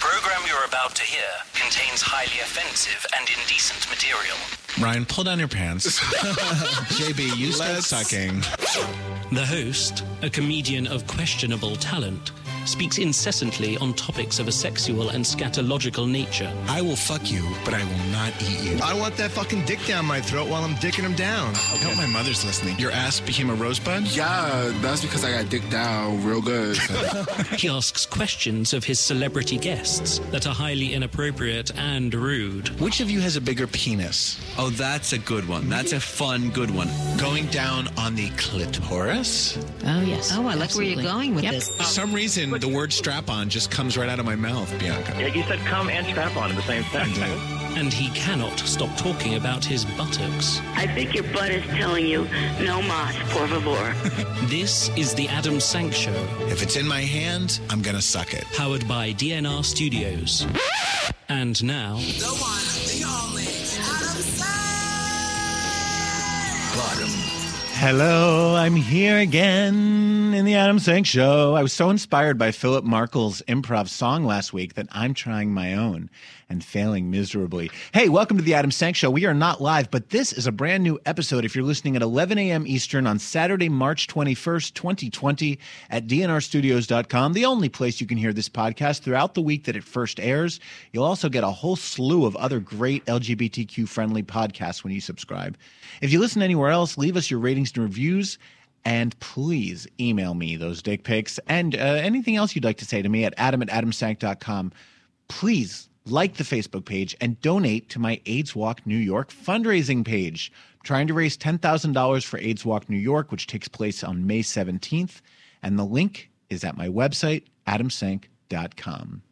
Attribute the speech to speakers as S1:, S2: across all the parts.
S1: program you're about to hear contains highly offensive and indecent material.
S2: Ryan, pull down your pants. JB, you start
S3: Let's-
S2: sucking.
S4: The host, a comedian of questionable talent, speaks incessantly on topics of a sexual and scatological nature.
S2: I will fuck you, but I will not eat you.
S3: I want that fucking dick down my throat while I'm dicking him down.
S2: I hope my mother's listening. Your ass became a rosebud?
S5: Yeah, that's because I got dicked out real good.
S4: He asks questions of his celebrity guests that are highly inappropriate and rude.
S2: Which of you has a bigger penis?
S6: Oh, that's a good one. That's a fun, good one.
S2: Going down on the clitoris?
S7: Oh, yes.
S8: Oh, I like where
S7: Absolutely.
S8: you're going with
S7: Yep.
S8: this.
S2: For
S6: Um,
S2: some reason, the word strap on just comes right out of my mouth, Bianca.
S9: Yeah, you said come and strap on at the same time.
S4: And he cannot stop talking about his buttocks.
S10: I think your butt is telling you, no mas, por favor.
S4: This is the Adam Sank Show,
S2: If it's in my hand, I'm gonna suck it.
S4: powered by DNR Studios. And now,
S1: The one, the only, Adam
S3: Hello, I'm here again in the Adam Sank Show. I was so inspired by Philip Markle's improv song last week that I'm trying my own and failing miserably. Hey, welcome to the Adam Sank Show. We are not live, but this is a brand new episode. If you're listening at 11 a.m. Eastern on Saturday, March 21st, 2020, at dnrstudios.com, the only place you can hear this podcast throughout the week that it first airs. You'll also get a whole slew of other great LGBTQ friendly podcasts when you subscribe. If you listen anywhere else, leave us your ratings and reviews. And please email me those dick pics and uh, anything else you'd like to say to me at adam at adamsank.com. Please like the Facebook page and donate to my AIDS Walk New York fundraising page. I'm trying to raise $10,000 for AIDS Walk New York, which takes place on May 17th. And the link is at my website, adamsank.com.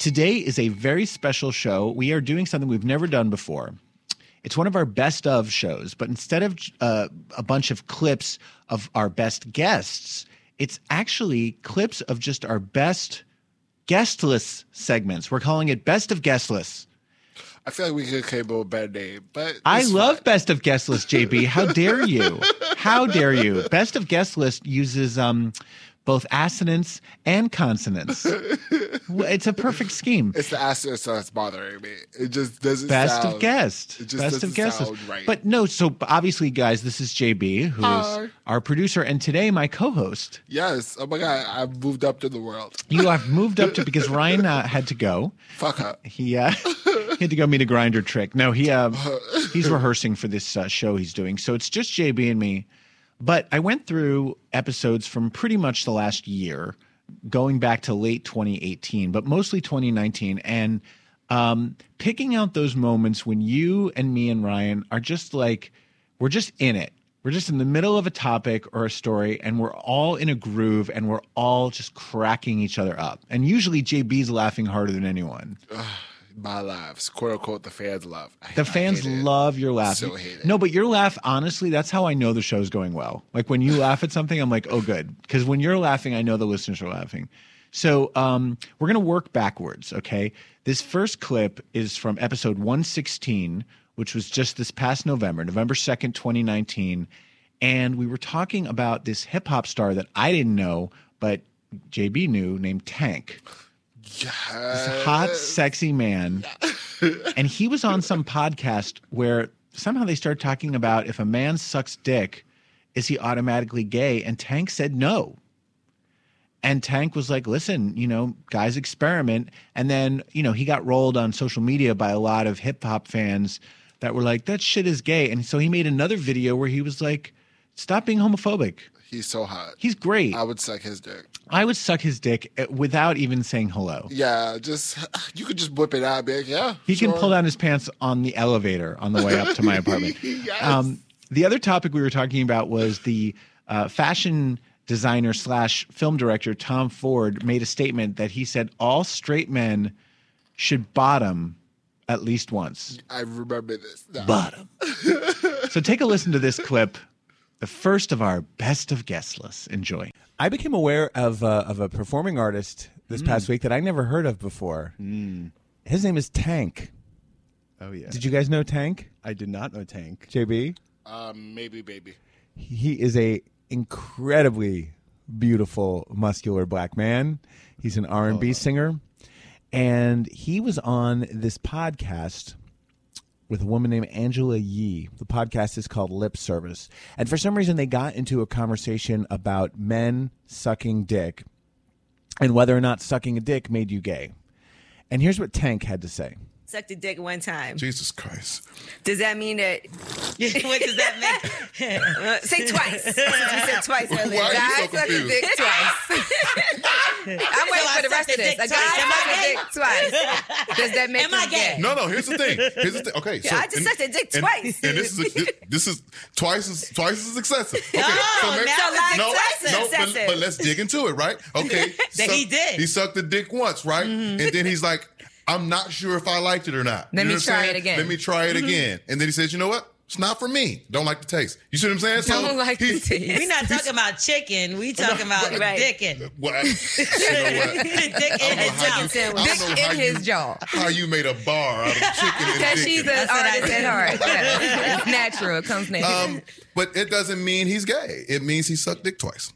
S3: Today is a very special show. We are doing something we've never done before. It's one of our best of shows, but instead of uh, a bunch of clips of our best guests, it's actually clips of just our best guestless segments. We're calling it Best of Guestless.
S5: I feel like we could came up with a better name, but
S3: I
S5: it's
S3: love
S5: fine.
S3: Best of Guest List, JB. How dare you? How dare you? Best of Guest List uses um, both assonance and consonants. Well, it's a perfect scheme.
S5: It's the asterisk that's bothering me. It just doesn't.
S3: Best
S5: sound,
S3: of guest,
S5: It just
S3: best
S5: doesn't
S3: of guest
S5: sound
S3: list.
S5: right.
S3: But no, so obviously, guys, this is JB, who is
S5: Hi.
S3: our producer, and today my co-host.
S5: yes, oh my god, I moved up to the world.
S3: You have moved up to because Ryan uh, had to go.
S5: Fuck up.
S3: He, uh, he had to go meet a grinder trick. No, he uh, he's rehearsing for this uh, show he's doing. So it's just JB and me. But I went through episodes from pretty much the last year, going back to late 2018, but mostly 2019, and um, picking out those moments when you and me and Ryan are just like, we're just in it. We're just in the middle of a topic or a story, and we're all in a groove, and we're all just cracking each other up. And usually, JB's laughing harder than anyone.
S5: My lives, quote unquote, the fans love. I- I
S3: The fans
S5: hate it.
S3: love your laugh.
S5: So hate it.
S3: No, but your laugh, honestly, that's how I know the show's going well. Like when you laugh at something, I'm like, oh, good. Because when you're laughing, I know the listeners are laughing. So um, we're going to work backwards, okay? This first clip is from episode 116, which was just this past November, November 2nd, 2019. And we were talking about this hip hop star that I didn't know, but JB knew named Tank this hot, sexy man. and he was on some podcast where somehow they started talking about if a man sucks dick, is he automatically gay? And Tank said no. And Tank was like, listen, you know, guys experiment. And then, you know, he got rolled on social media by a lot of hip hop fans that were like, that shit is gay. And so he made another video where he was like, stop being homophobic.
S5: He's so hot.
S3: He's great.
S5: I would suck his dick.
S3: I would suck his dick eh, without even saying hello.
S5: Yeah, just you could just whip it out, and be like, yeah.
S3: He
S5: sure.
S3: can pull down his pants on the elevator on the way up to my apartment. Um,
S5: Yes.
S3: the other topic we were talking about was the uh, fashion designer slash film director Tom Ford made a statement that he said all straight men should bottom at least once.
S5: I remember this. No.
S3: Bottom. so take a listen to this clip, the first of our best of guest lists. Enjoy.
S11: I became aware of uh, of a performing artist this past week that I never heard of before. His name is Tank.
S6: Oh, yeah.
S11: Did you guys know Tank?
S6: I did not know Tank.
S11: JB,
S5: Um, maybe, baby.
S11: he is a incredibly beautiful, muscular black man. He's an R and B singer,
S3: and he was on this podcast with a woman named Angela Yee. The podcast is called Lip Service. And for some reason, they got into a conversation about men sucking dick and whether or not sucking a dick made you gay. And here's what Tank had to say.
S8: Sucked a dick one time.
S12: Jesus Christ.
S8: Does that mean that? what does that mean? Say twice. Since we said twice
S11: Why
S8: earlier.
S11: are you so
S8: Guy sucked a
S11: confused?
S8: dick twice. I'm waiting
S11: So I
S8: for the rest
S11: sucked
S8: of this.
S11: a dick
S8: I got
S11: twice. Am
S8: I
S11: I
S8: sucked a dick twice. Does that make
S11: Am I
S8: me gay?
S12: No, no. Here's the thing. Here's the thing. Okay,
S8: Yeah,
S12: so
S8: I just sucked a dick
S12: and-
S8: twice.
S12: and this is this is twice as twice as excessive. Okay,
S8: Oh,
S12: let-
S8: now it's
S12: no,
S8: excessive.
S12: no, but-
S8: Excessive.
S12: but, let's dig into it, right? Okay,
S8: That he did. Mm-hmm.
S12: He sucked the dick once, right? And then he's like, "I'm not sure if I liked it or not."
S8: Let
S12: You know
S8: me
S12: what I'm
S8: try it
S12: saying?
S8: again.
S12: Let me try it
S8: Mhm.
S12: again. And then he says, "You know what? It's not for me. Don't like the taste." You see what I'm saying? So he-
S13: We're not talking about chicken. We talking about dickin.
S12: Well, I- you know what?
S13: dick in his
S12: how
S13: mouth.
S12: you- I don't Dick know how in his
S8: jaw.
S12: How you made a bar out of chicken and
S8: Because
S12: dick.
S8: she's an artist at heart. Yeah. It's natural. It comes natural.
S12: Um, but it doesn't mean he's gay. It means he sucked dick twice.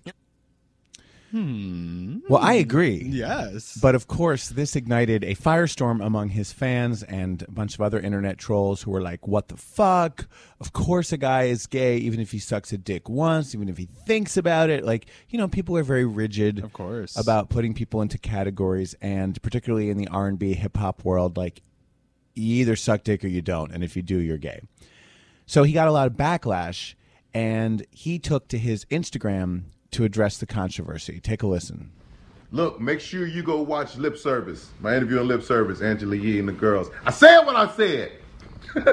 S3: Well, I agree.
S10: Yes.
S3: But of course, this ignited a firestorm among his fans and a bunch of other internet trolls who were like, what the fuck? Of course, a guy is gay, even if he sucks a dick once, even if he thinks about it. Like, you know, people are very rigid of course. about putting people into categories. And particularly in the R&B hip hop world, like, you either suck dick or you don't. And if you do, you're gay. So he got a lot of backlash and he took to his Instagram to address the controversy. Take a listen.
S5: Look, make sure you go watch Lip Service, my interview on Lip Service, Angela Yee and the girls. I said what I said.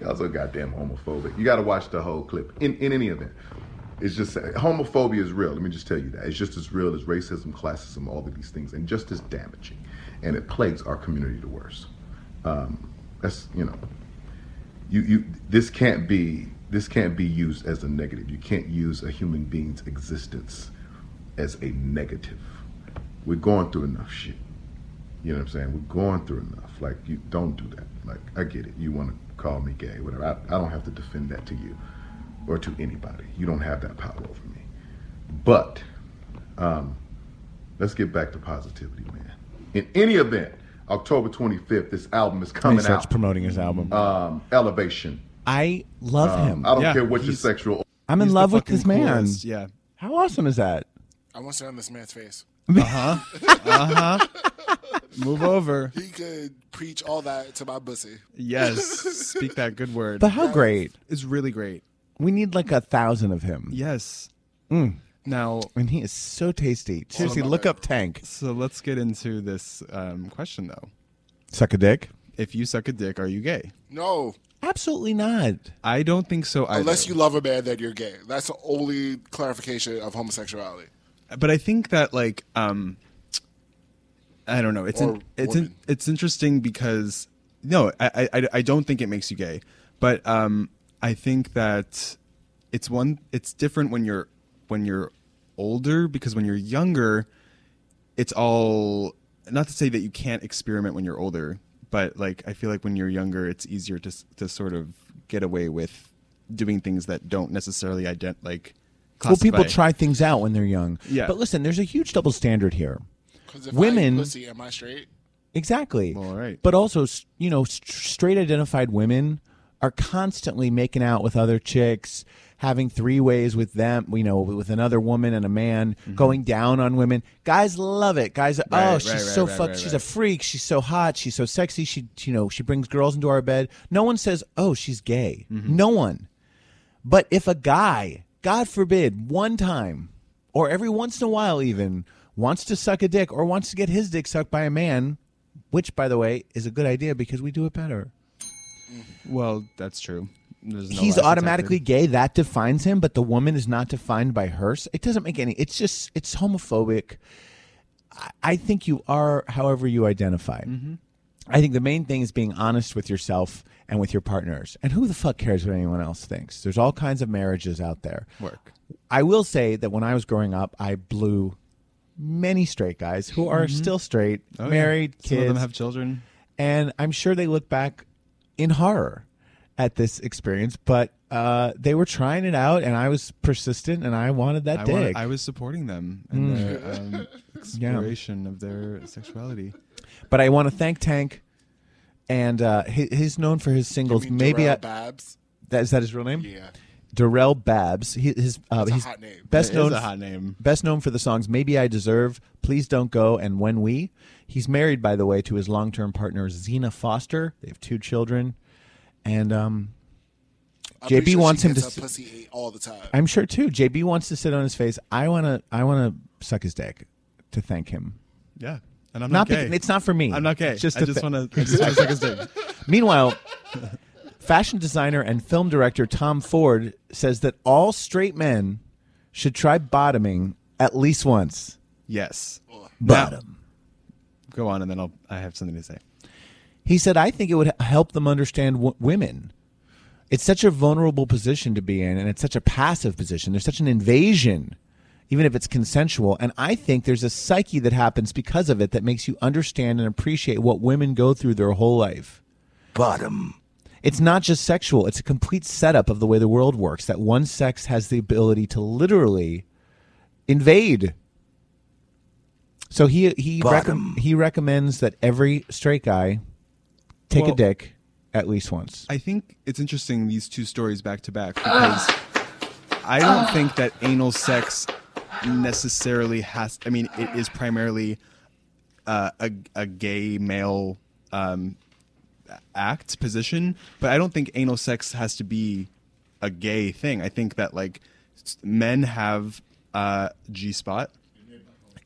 S5: Y'all so goddamn homophobic. You got to watch the whole clip. In in any event, it's just homophobia is real. Let me just tell you that it's just as real as racism, classism, all of these things, and just as damaging. And it plagues our community the worst. Um, that's you know, you you this can't be this can't be used as a negative. You can't use a human being's existence as a negative. We're going through enough shit. You know what I'm saying? We're going through enough. Like you don't do that. Like I get it. You want to call me gay, whatever. I, I don't have to defend that to you or to anybody. You don't have that power over me. But um, let's get back to positivity, man. In any event, October 25th, this album is
S3: He
S5: coming
S3: starts
S5: out.
S3: promoting his
S10: Mm.
S3: album.
S5: Um, Elevation.
S3: I love
S10: Oh,
S5: Um,
S3: him.
S5: I don't care what your sexual.
S3: I'm in
S5: he's the
S3: love with this
S5: fucking
S3: man.
S5: coolest,
S10: yeah.
S3: How awesome is that?
S12: I want to on this man's face.
S3: Uh huh.
S10: Uh huh. Move over.
S12: He could preach all that to my pussy.
S10: Yes. Speak that good word.
S3: But how great?
S10: It's really great.
S3: We need like a thousand of him.
S10: Yes.
S3: Mm.
S10: Now,
S3: and he is so tasty. Seriously,
S10: Hold on.
S3: look up Tank.
S10: So let's get into this um, question though.
S3: Suck a dick?
S10: If you suck a dick, are you gay?
S12: No.
S3: Absolutely not.
S10: I don't think so either.
S12: Unless you love a man, then you're gay. That's the only clarification of homosexuality.
S10: but I think that like um I don't know. It's
S12: Or
S10: in, it's in,
S12: women.
S10: it's interesting because no, I, I I don't think it makes you gay, but um I think that it's one it's different when you're when you're older because when you're younger, it's all not to say that you can't experiment when you're older, but like I feel like when you're younger, it's easier to s- to sort of get away with doing things that don't necessarily ident like.
S3: Well, people
S10: classify.
S3: try things out when they're young.
S10: Yeah.
S3: But listen, there's a huge double standard here.
S12: Because if I
S3: Women-
S12: eat pussy, am I straight?
S3: Exactly. All right. But also, s- you know, st- straight identified women are constantly making out with other chicks, having three ways with them, you know, with another woman and a man,
S10: Mm-hmm.
S3: going down on women. Guys love it. Guys, are,
S10: Right,
S3: oh,
S10: right,
S3: she's
S10: right,
S3: so
S10: right,
S3: fucked.
S10: right,
S3: she's a
S10: right.
S3: freak. She's so hot. She's so sexy. She, you know, she brings girls into our bed. No one says, oh, she's gay. No one. But if a guy, God forbid, one time or every once in a while even wants to suck a dick or wants to get his dick sucked by a man, which by the way is a good idea because we do it better.
S10: Well, that's true. There's no
S3: He's
S10: lies
S3: automatically gay.
S10: detected.
S3: That defines him, but the woman is not defined by hers. It doesn't make any. It's just it's homophobic. I, I think you are, however you identify.
S10: Mm-hmm.
S3: I think the main thing is being honest with yourself and with your partners. And who the fuck cares what anyone else thinks? There's all kinds of marriages out there.
S10: Work.
S3: I will say that when I was growing up, I blew many straight guys who are
S10: Mhm.
S3: still straight,
S10: Oh, yeah.
S3: married,
S10: Some of them
S3: kids.
S10: have children.
S3: And I'm sure they look back in horror at this experience, but uh, they were trying it out, and I was persistent, and I wanted that
S10: I,
S3: dick.
S10: wanted- I was supporting them in
S3: Mm.
S10: their um, exploration of their sexuality.
S3: But I want to thank Tank, and uh, he, he's known for his singles. Maybe
S11: Darrell
S3: I-
S11: Babs?
S3: That is that his real name?
S11: Yeah.
S3: Darrell Babs. He, his uh,
S11: That's a
S3: he's
S11: hot name.
S3: best
S11: That is
S3: known
S11: a
S3: f-
S11: hot name.
S3: Best known for the songs "Maybe I Deserve," "Please Don't Go," and "When We." He's married, by the way, to his long-term partner Zena Foster. They have two children, and um,
S11: I'm pretty
S3: JB
S11: sure
S3: wants
S11: she
S3: him to.
S11: gets
S3: s-
S11: her pussy ate all the time.
S3: I'm sure too. JB wants to sit on his face. I wanna. I wanna suck his dick to thank him.
S10: Yeah, and I'm not,
S3: be-
S10: gay.
S3: it's not for me.
S10: I'm not gay.
S3: It's just
S10: I
S3: a
S10: just
S3: thi-
S10: want to suck his dick.
S3: Meanwhile, fashion designer and film director Tom Ford says that all straight men should try bottoming at least once.
S10: Yes.
S3: Bottom.
S10: Go on, and then I'll. I have something to say.
S3: He said, "I think it would help them understand w- women. It's such a vulnerable position to be in, and it's such a passive position. There's such an invasion." Even if it's consensual. And I think there's a psyche that happens because of it that makes you understand and appreciate what women go through their whole life.
S14: Bottom.
S3: It's not just sexual, it's a complete setup of the way the world works that one sex has the ability to literally invade. So he he rec- he recommends that every straight guy take a
S10: Well-
S3: dick at least once.
S10: I think it's interesting these two stories back to back because I don't think that anal sex necessarily has. I mean, it is primarily uh, a a gay male um, act position, but I don't think anal sex has to be a gay thing. I think that like s- men have uh, G spot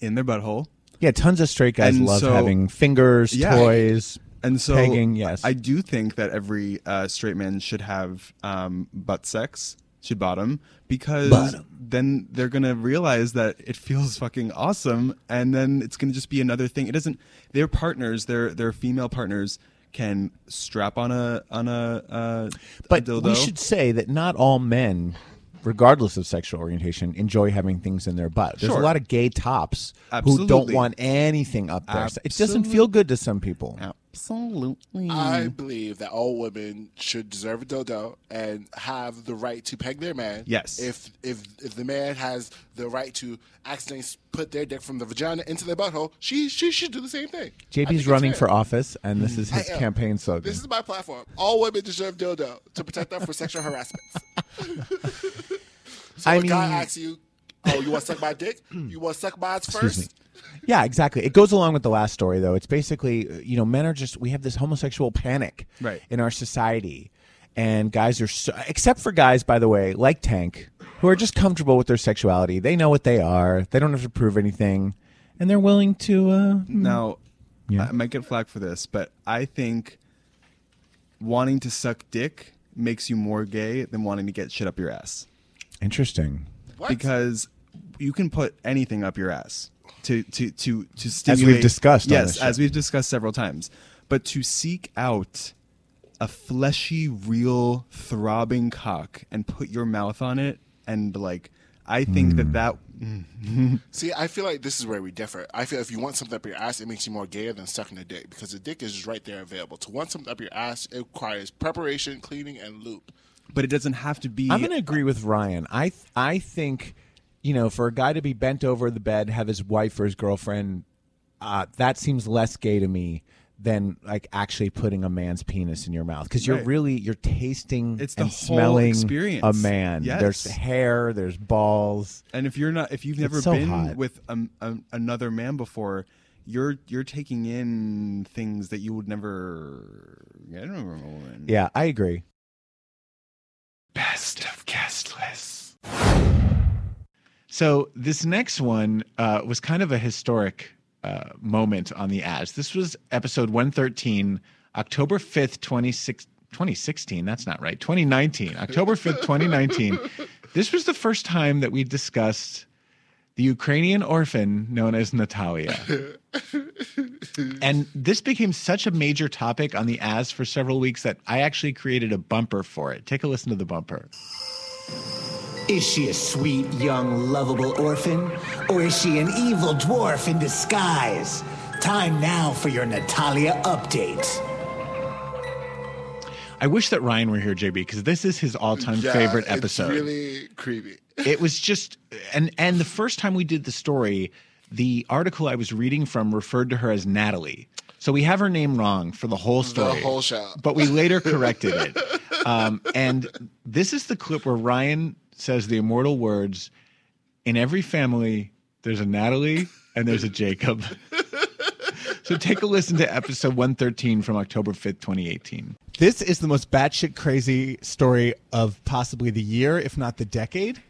S10: in their butthole.
S3: Yeah, tons of straight guys
S10: And
S3: love
S10: so-
S3: having fingers,
S10: Yeah.
S3: toys,
S10: and so
S3: pegging, yes.
S10: I do think that every uh, straight man should have um, butt sex, should bottom, because
S3: Bottom.
S10: then they're gonna realize that it feels fucking awesome, and then it's gonna just be another thing. It doesn't. Their partners, their their female partners, can strap on a on a. Uh,
S3: But
S10: a dildo.
S3: we should say that not all men, regardless of sexual orientation, enjoy having things in their butt. There's
S10: Sure.
S3: a lot of gay tops who don't
S10: Absolutely.
S3: want anything up there. It doesn't feel good to some people.
S10: Absolutely.
S11: I believe that all women should deserve a dildo and have the right to peg their man.
S10: Yes.
S11: If if if the man has the right to accidentally s- put their dick from the vagina into their butthole, she she should do the same thing. I think
S3: JB's
S11: it's
S3: running
S11: fair. Mm.
S3: for office, and this is
S11: I uh,
S3: his
S11: am.
S3: campaign slogan.
S11: This is my platform. All women deserve dildo to protect them from sexual harassment. so
S3: I
S11: when a guy
S3: mean-
S11: asks you, "Oh, you want to suck my dick? You want to suck mine
S3: Excuse me.
S11: first?
S3: Yeah, exactly. It goes along with the last story, though. It's basically, uh, you know, men are just, we have this homosexual panic
S10: Right.
S3: in our society. And guys are, so, except for guys, by the way, like Tank, who are just comfortable with their sexuality. They know what they are, they don't have to prove anything, and they're willing to. Uh,
S10: Now, I might get flack for this, but I think wanting to suck dick makes you more gay than wanting to get shit up your ass.
S3: Interesting.
S10: Because you can put anything up your ass to to to to
S3: we've
S10: stimulate.
S3: discussed on this
S10: Yes,
S3: show.
S10: as we've discussed several times, but to seek out a fleshy, real, throbbing cock and put your mouth on it and like, I think
S3: Hmm.
S10: that that.
S11: See, I feel like this is where we differ. I feel if you want something up your ass, it makes you more gayer than sucking a dick because the dick is just right there available. To want something up your ass, it requires preparation, cleaning, and loop.
S10: But it doesn't have to be.
S3: I'm going to agree with Ryan. I th- I think, you know, for a guy to be bent over the bed, have his wife or his girlfriend, uh, that seems less gay to me than like actually putting a man's penis in your mouth because you're
S10: Right.
S3: really you're tasting
S10: It's the
S3: and
S10: whole
S3: smelling
S10: experience.
S3: a man.
S10: Yes.
S3: There's hair, there's balls.
S10: And if you're not, if you've
S3: It's
S10: never
S3: so
S10: been
S3: hot.
S10: with um, um, another man before, you're you're taking in things that you would never get from a woman.
S3: Yeah, I agree.
S15: Best of guest lists. So this next one uh, was kind of a historic uh, moment on the ads. This was episode 113, October 5th, 26 2016. That's not right. 2019. October 5th, 2019. This was the first time that we discussed the Ukrainian orphan known as Natalia. and this became such a major topic on the ads for several weeks that I actually created a bumper for it. Take a listen to the bumper.
S14: Is she a sweet, young, lovable orphan? Or is she an evil dwarf in disguise? Time now for your Natalia update.
S3: I wish that Ryan were here, JB, because this is his all-time
S16: Yeah,
S3: favorite
S16: it's
S3: episode.
S16: really creepy.
S3: it was just and and the first time we did the story the article i was reading from referred to her as natalie so we have her name wrong for the whole story
S16: whole show.
S3: but we later corrected it um, and this is the clip where ryan says the immortal words in every family there's a natalie and there's a jacob so take a listen to episode 113 from october 5th 2018
S10: This is the most batshit crazy story of possibly the year, if not the decade.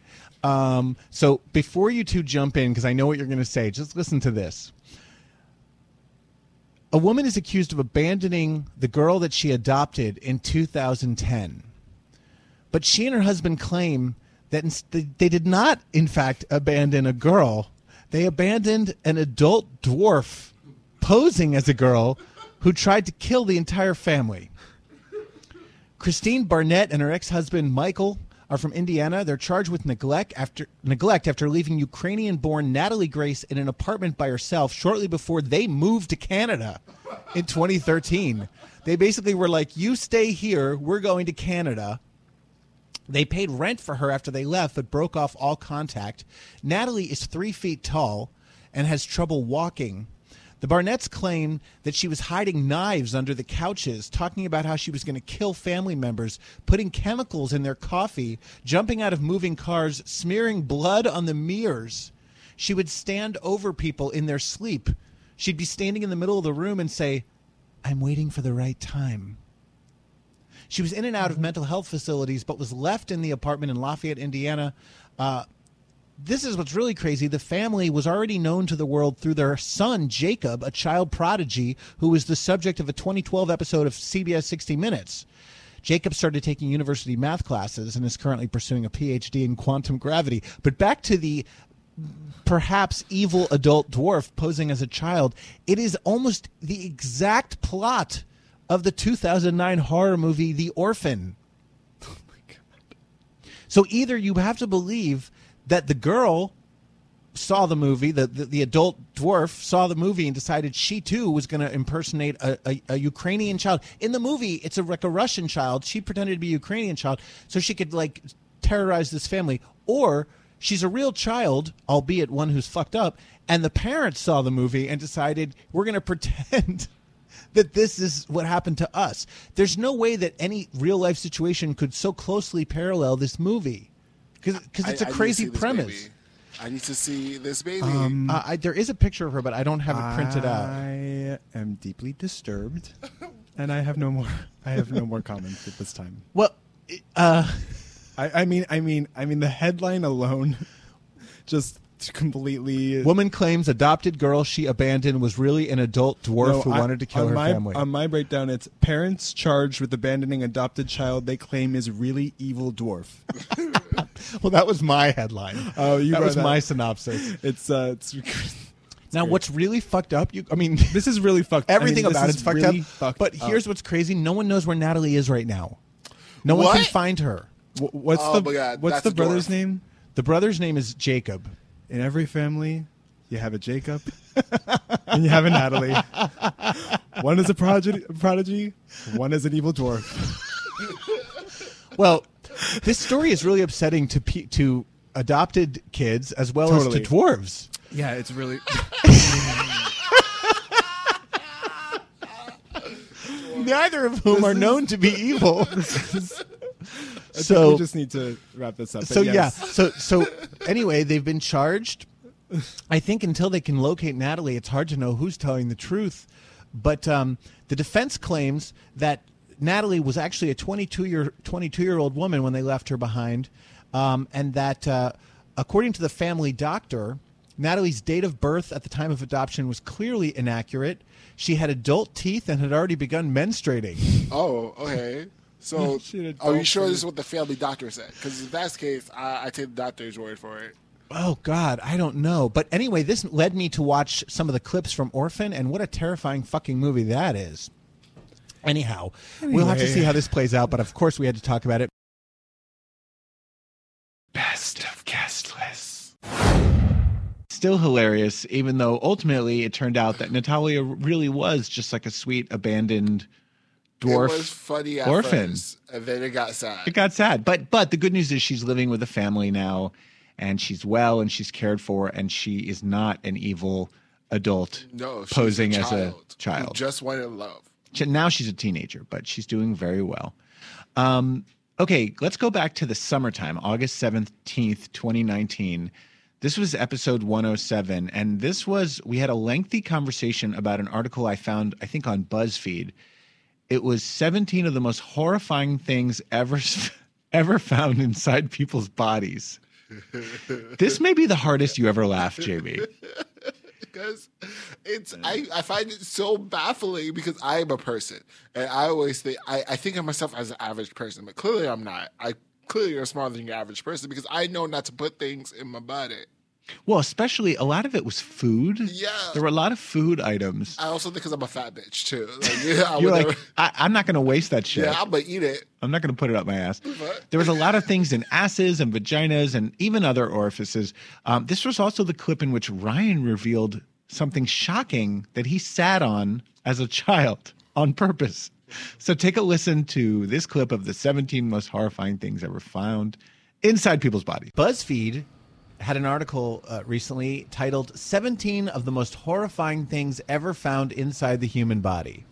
S10: Um, so before you two jump in, because I know what you're going to say, just listen to this. A woman is accused of abandoning the girl that she adopted in 2010. But she and her husband claim that ins- they did not, in fact, abandon a girl. They abandoned an adult dwarf posing as a girl who tried to kill the entire family. Christine Barnett and her ex-husband Michael are from Indiana. They're charged with neglect after neglect after leaving Ukrainian-born Natalie Grace in an apartment by herself shortly before they moved to Canada in 2013. They basically were like, "You stay here. We're going to Canada." They paid rent for her after they left, but broke off all contact. Natalie is three feet tall and has trouble walking. The Barnetts claim that she was hiding knives under the couches, talking about how she was going to kill family members, putting chemicals in their coffee, jumping out of moving cars, smearing blood on the mirrors. She would stand over people in their sleep. She'd be standing in the middle of the room and say, I'm waiting for the right time. She was in and out of mental health facilities, but was left in the apartment in Lafayette, Indiana. Uh, this is what's really crazy. The family was already known to the world through their son, Jacob, a child prodigy who was the subject of a 2012 episode of CBS 60 Minutes. Jacob started taking university math classes and is currently pursuing a PhD in quantum gravity. But back to the perhaps evil adult dwarf posing as a child. It is almost the exact plot of the 2009 horror movie The Orphan. So either you have to believe that the girl saw the movie, the, the, the adult dwarf saw the movie and decided she too was going to impersonate a, a, a Ukrainian child. In the movie, it's a, like a Russian child. She pretended to be a Ukrainian child so she could like terrorize this family. Or she's a real child, albeit one who's fucked up, and the parents saw the movie and decided we're going to pretend. that this is what happened to us. There's no way that any real life situation could so closely parallel this movie because
S16: I- I
S10: it's a
S16: need to
S10: crazy
S16: see this
S10: premise.
S16: baby. I need to see this baby.
S11: Um,
S10: Uh, I, there is a picture of her, but I don't have it printed out.
S11: I am deeply disturbed, and I have no more. I have no more comments at this time.
S10: Well, uh,
S11: I, I mean, I mean, I mean, the headline alone just completely.
S10: Woman claims adopted girl she abandoned was really an adult dwarf
S11: No,
S10: who
S11: I-
S10: wanted to kill
S11: on
S10: her
S11: my,
S10: family.
S11: On my breakdown, it's parents charged with abandoning adopted child they claim is really evil dwarf.
S10: well, that was my headline.
S11: Oh, you
S10: that
S11: brought
S10: was my synopsis.
S11: It's uh, it's.
S10: Now, what's really fucked up? You, I mean,
S11: this is really fucked. I mean,
S10: Everything
S11: this
S10: about
S11: is
S10: it's fucked
S11: really
S10: up.
S11: fucked
S10: but here's what's crazy: no one knows where Natalie is right now. No one can
S11: What?
S10: find her.
S11: Wh- what's
S16: Oh
S11: the
S16: my God,
S11: what's
S16: that's
S11: the
S16: a dwarf.
S11: brother's name?
S10: The brother's name is Jacob.
S11: In every family, you have a Jacob, and you have a Natalie. one is a prodigy, prodigy, one is an evil dwarf.
S10: Well, this story is really upsetting to pe- to adopted kids as well
S11: Totally.
S10: as to dwarves.
S11: Yeah, it's really.
S10: Neither of whom are known to be evil.
S11: so
S10: So-
S11: we just need to wrap this up.
S10: So
S11: But yes.
S10: yeah. So so anyway, they've been charged. I think until they can locate Natalie, it's hard to know who's telling the truth. But um, the defense claims that Natalie was actually a 22 year 22 year old woman when they left her behind, um, and that uh, according to the family doctor, Natalie's date of birth at the time of adoption was clearly inaccurate. She had adult teeth and had already begun menstruating.
S16: Oh, okay. So, are you sure this is what the family doctor said? Because if that's the case, I, I take the doctor's word for it.
S10: Oh God, I don't know. But anyway, this led me to watch some of the clips from Orphan, and what a terrifying fucking movie that is. Anyhow, we'll have to
S11: Anyway.
S10: see how this plays out. But of course, we had to talk about it.
S3: Best of guest lists. Still hilarious, even though ultimately it turned out that Natalia really was just like a sweet, abandoned
S15: dwarf
S11: it was funny at
S15: orphan.
S11: first, and then it got sad.
S15: It got sad, but but the good news is she's living with a family now, and she's well and she's cared for, and she is not an evil adult
S16: Oh,
S11: No, she's
S15: posing
S11: a
S15: as a
S11: child
S15: child.
S11: Who just wanted love.
S15: She- now she's a teenager, but she's doing very well. Um, okay, let's go back to the summertime, August 17th, 2019. This was episode 107, and this was, we had a lengthy conversation about an article I found, I think, on BuzzFeed. It was 17 of the most horrifying things ever, ever found inside people's bodies. This may be the hardest you ever laughed, JB.
S11: because it's I, I find it so baffling because I am a person and I always think I, I think of myself as an average person, but clearly I'm not. I clearly am smarter than your average person because I know not to put things in my body.
S15: Well, especially a lot of it was food.
S11: Yeah.
S15: There were a lot of food items.
S11: I also think because I'm a fat bitch too. Like, yeah, I would
S15: You're like,
S11: never,
S15: I, I'm not going to waste that shit.
S11: yeah, I'm gonna eat it.
S15: I'm not going to put it up my ass. There was a lot of things in asses and vaginas and even other orifices. Um, this was also the clip in which Ryan revealed something shocking that he sat on as a child on purpose. So take a listen to this clip of the 17 most horrifying things ever found inside people's bodies.
S3: BuzzFeed had an article uh, recently titled 17 of the most horrifying things ever found inside the human body.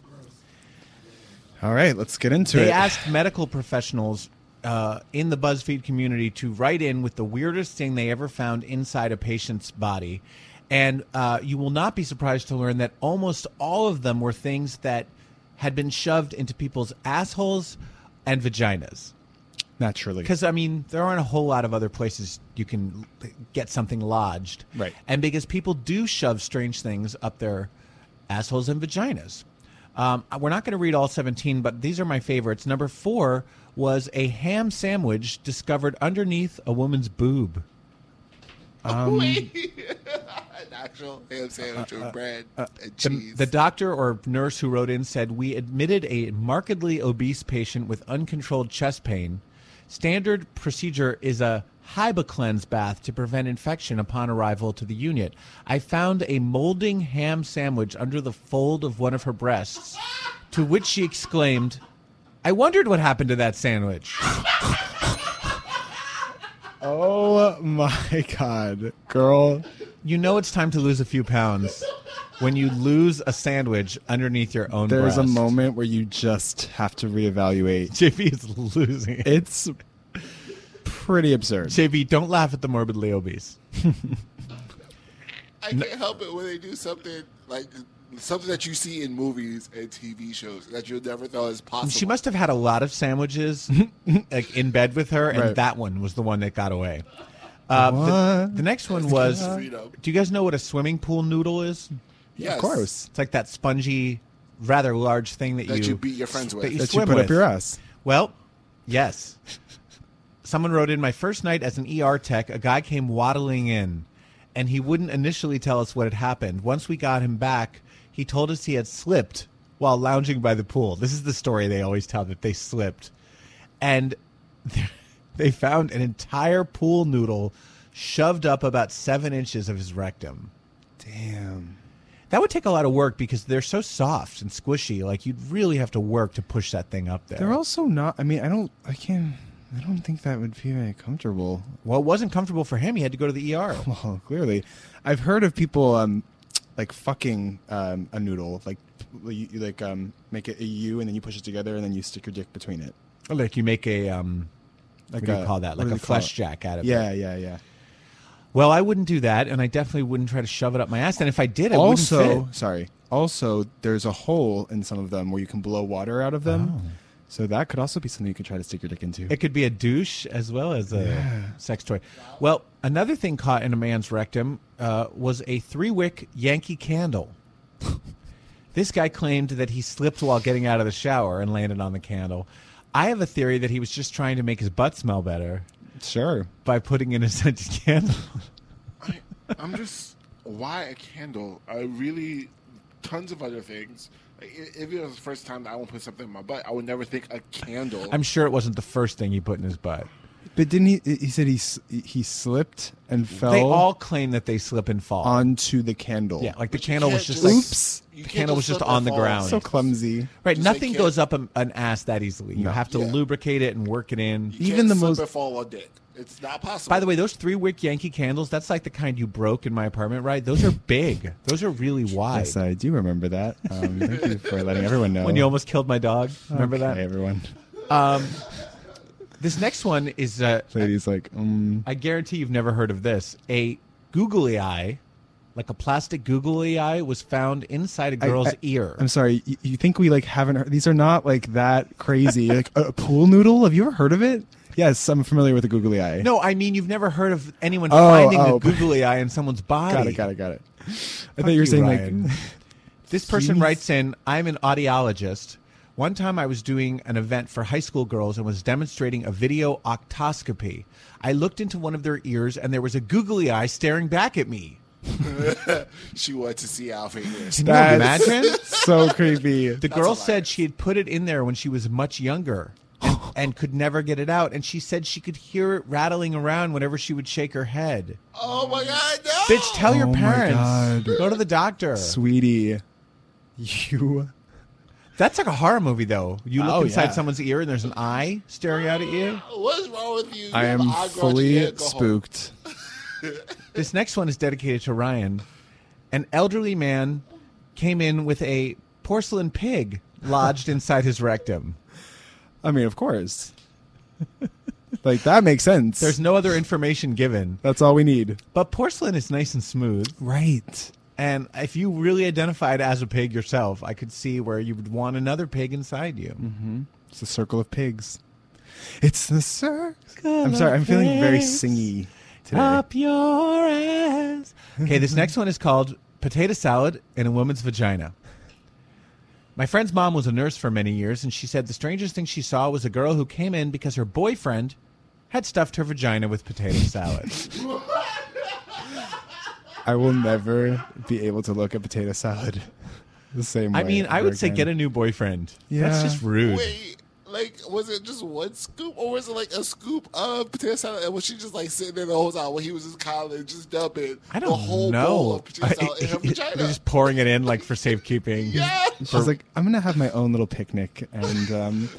S10: All right, let's get into
S3: they
S10: it.
S3: asked medical professionals uh, in the BuzzFeed community to write in with the weirdest thing they ever found inside a patient's body. And uh, you will not be surprised to learn that almost all of them were things that had been shoved into people's assholes and vaginas.
S10: Naturally.
S3: Because, I mean, there aren't a whole lot of other places you can l- get something lodged.
S10: Right.
S3: And because people do shove strange things up their assholes and vaginas. Um, we're not going to read all 17, but these are my favorites. Number four was a ham sandwich discovered underneath a woman's boob. Um,
S11: An actual ham sandwich with bread
S3: uh,
S11: and
S3: the,
S11: cheese.
S3: the doctor or nurse who wrote in said, We admitted a markedly obese patient with uncontrolled chest pain. Standard procedure is a HybaCleanse bath to prevent infection upon arrival to the unit. I found a molding ham sandwich under the fold of one of her breasts, to which she exclaimed, I wondered what happened to that sandwich.
S10: oh my god, girl.
S3: You know it's time to lose a few pounds when you lose a sandwich underneath your own
S10: There's a
S3: breast.
S10: moment where you just have to reevaluate.
S3: JP is losing. It.
S10: It's pretty absurd.
S3: JB, don't laugh at the morbidly obese.
S11: I can't help it when they do something like something that you see in movies and TV shows that you'll never thought is possible.
S3: She must have had a lot of sandwiches like in bed with her, and
S11: Right.
S3: that one was the one that got away. Uh, the, the next one was.
S11: Freedom.
S3: Do you guys know what a swimming pool noodle is?
S11: Yeah, of Yes. course.
S3: It's like that spongy, rather large thing that,
S11: That you beat your friends with.
S3: That you,
S11: That you
S3: swim
S10: put up
S3: with.
S10: your ass.
S3: Well, yes. Someone wrote in my first night as an ER tech, a guy came waddling in and he wouldn't initially tell us what had happened. Once we got him back, he told us he had slipped while lounging by the pool. This is the story they always tell that they slipped. And they found an entire pool noodle shoved up about seven inches of his rectum.
S10: Damn.
S3: That would take a lot of work because they're so soft and squishy. Like, you'd really have to work to push that thing up there.
S10: They're also not. I mean, I don't. I can't. I don't think that would be very comfortable.
S3: Well, it wasn't comfortable for him. He had to go to the ER.
S10: Well, clearly, I've heard of people um, like fucking um, a noodle, like you, you like um, make it a U and then you push it together and then you stick your dick between it.
S3: Or like you make a um,
S10: Like
S3: what do you
S10: a-
S3: call that?
S10: what
S3: Like
S10: do
S3: a
S10: they call
S3: flesh
S10: it?
S3: jack out of
S10: Yeah,
S3: it.
S10: yeah, yeah.
S3: Well, I wouldn't do that, and I definitely wouldn't try to shove it up my ass. And if I did, it
S10: also,
S3: wouldn't fit.
S10: sorry. Also, there's a hole in some of them where you can blow water out of them. So that could also be something you could try to stick your dick into.
S3: Oh. It could be a douche as well as a sex toy. Well, another thing caught in a man's rectum uh, was a three wick Yankee candle. this guy claimed that he slipped while getting out of the shower and landed on the candle. I have a theory that he was just trying to make his butt smell better.
S10: Sure.
S3: By putting in a scented candle.
S11: I'm just why a candle? I really tons of other things. Like, i- If it was the first time that I would put something in my butt, I would never think a candle.
S3: I'm sure it wasn't the first thing he put in his butt.
S10: But didn't he? He said he s- he slipped and fell.
S3: They all claim that they slip and fall
S10: onto the candle.
S3: Yeah, like the candle was
S10: can't
S3: just like
S10: just- Oops.
S3: The
S10: you can't
S3: candle was just
S10: just slip and
S3: on the
S10: fall.
S3: ground.
S10: So clumsy.
S3: Right,
S10: Just like
S3: nothing
S10: can't-
S3: goes up an, an ass that easily. You have to lubricate it and work it in.
S11: Even the most fall on dick. It's not possible.
S3: By the way, those three wick Yankee candles, that's like the kind you broke in my apartment, right? Those are big. Those are really wide.
S10: Yes, I do remember that. Um, thank you for letting everyone know.
S3: When you almost killed my dog. Remember
S10: Okay,
S3: that?
S10: everyone.
S3: Um, this next one is, uh,
S10: Lady's like, um,
S3: I guarantee you've never heard of this. A googly eye, like a plastic googly eye, was found inside a
S10: I-
S3: girl's
S10: I-
S3: ear.
S10: I'm sorry. You, you think we like haven't heard? These are not like that crazy. like a, a pool noodle. Have you ever heard of it? Yes, I'm familiar with the googly eye.
S3: No, I mean, you've never heard of anyone
S10: Oh,
S3: finding
S10: oh,
S3: a googly eye in someone's body.
S10: Got it. Got it. Got it. I
S3: Fuck
S10: thought you were saying
S3: Ryan.
S10: like
S3: This person
S10: Jeez.
S3: writes in I'm an audiologist. One time I was doing an event for high school girls and was demonstrating a video octoscopy. I looked into one of their ears and there was a googly eye staring back at me.
S11: she wanted to see Alfie.
S3: Can
S10: That's
S3: you imagine?
S10: so creepy.
S3: The girl said she had put it in there when she was much younger and, and could never get it out. And she said she could hear it rattling around whenever she would shake her head.
S11: Oh my god, no!
S3: Bitch, tell your
S10: Oh my
S3: parents.
S10: God.
S3: Go to the doctor.
S10: sweetie, you.
S3: That's like a horror movie, though. You look
S10: Oh,
S3: inside
S10: yeah.
S3: somene's ear and there's an eye staring out at you.
S11: What is wrong with you?
S10: I
S11: You have
S10: am
S11: eye growth, you
S10: fully
S11: can't go home.
S10: spooked.
S3: This next one is dedicated to Ryan. An elderly man came in with a porcelain pig lodged inside his rectum.
S10: I mean, of course. like that makes sense.
S3: There's no other information given,
S10: That's all we need.
S3: but porcelain is nice and smooth.
S10: Right.
S3: And if you really identified as a pig yourself, I could see where you would want another pig inside you.
S10: It's the circle of pigs. It's the circle. I'm sorry. I'm feeling very
S3: pigs.
S10: singy today.
S3: Up your ass. Okay, this next one is called Potato Salad in a Woman's Vagina. My friend's mom was a nurse for many years, and she said the strangest thing she saw was a girl who came in because her boyfriend had stuffed her vagina with potato salad.
S10: I will never be able to look at potato salad the same way.
S3: I mean, I
S10: ever
S3: would say
S10: again.
S3: get a new boyfriend.
S10: Yeah.
S3: That's just rude.
S11: Wait, like, was it just one scoop, or was it like a scoop of potato salad? And was she just like sitting there the whole time when he was in college, just dumping
S3: I don't
S11: the whole
S3: know.
S11: bowl of potato salad in her
S3: They're
S11: vagina?
S3: just pouring it in like for safekeeping.
S11: Yeah.
S10: I was like, I'm gonna have my own little picnic and um,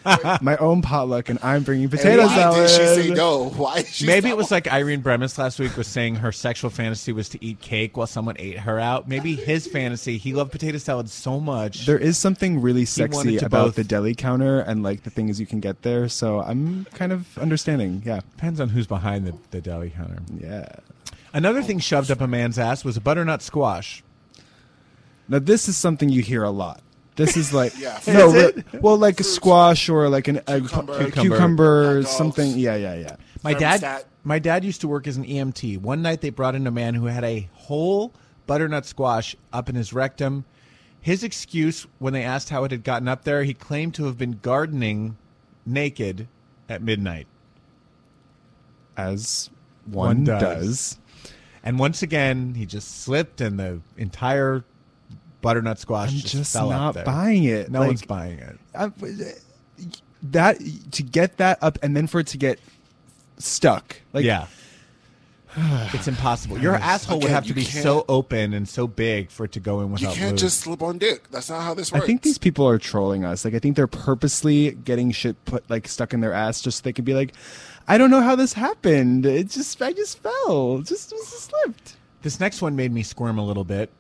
S10: my own potluck, and I'm bringing potato
S11: why
S10: salad.
S11: did she say no? Why? Did she
S3: Maybe it
S11: stop?
S3: was like Irene Bremis last week was saying her sexual fantasy was to eat cake while someone ate her out. Maybe his fantasy, he loved potato salad so much.
S10: There is something really
S3: wanted
S10: sexy
S3: to
S10: about
S3: both-
S10: the deli counter and like the things you can get there. So I'm kind of understanding. Yeah,
S3: Depends on who's behind the, the deli counter.
S10: yeah.
S3: Another thing shoved up a man's ass was a butternut squash.
S10: Now this is something you hear a lot. This is like
S11: Yeah,
S10: no,
S3: Is
S10: re-
S3: it?
S10: well, like a squash or like an egg,
S11: Cucumber.
S10: cucumber,
S11: Cucumber.
S10: something. Yeah, yeah, yeah.
S3: My
S11: Thermostat.
S3: dad, my dad used to work as an EMT. One night they brought in a man who had a whole butternut squash up in his rectum. His excuse when they asked how it had gotten up there, he claimed to have been gardening naked at midnight.
S10: As
S3: One
S10: one,
S3: does.
S10: does.
S3: And once again, he just slipped, and the entire butternut squash
S10: I'm
S3: just,
S10: just
S3: fell out
S10: not
S3: there.
S10: buying it.
S3: No
S10: Like,
S3: one's buying it.
S10: I, that to get that up and then for it to get stuck. Like
S3: yeah, it's impossible. Your asshole would
S11: Again,
S3: have to
S11: you
S3: be
S11: can't-
S3: so open and so big for it to go in
S11: You
S3: without.
S11: can't
S3: lube.
S11: just slip on dick. That's not how this
S10: I
S11: works.
S10: think these people are trolling us. Like I think they're purposely getting shit put like stuck in their ass just so they can be like, I don't know how this happened. It just I just fell. It Just it just slipped.
S3: This next one made me squirm a little bit.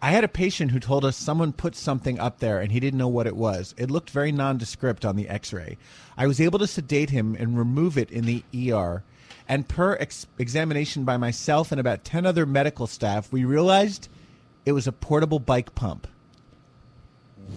S3: I had a patient who told us someone put something up there and he didn't know what it was. It looked very nondescript on the x ray. I was able to sedate him and remove it in the ER. And per ex- examination by myself and about 10 other medical staff, we realized it was a portable bike pump.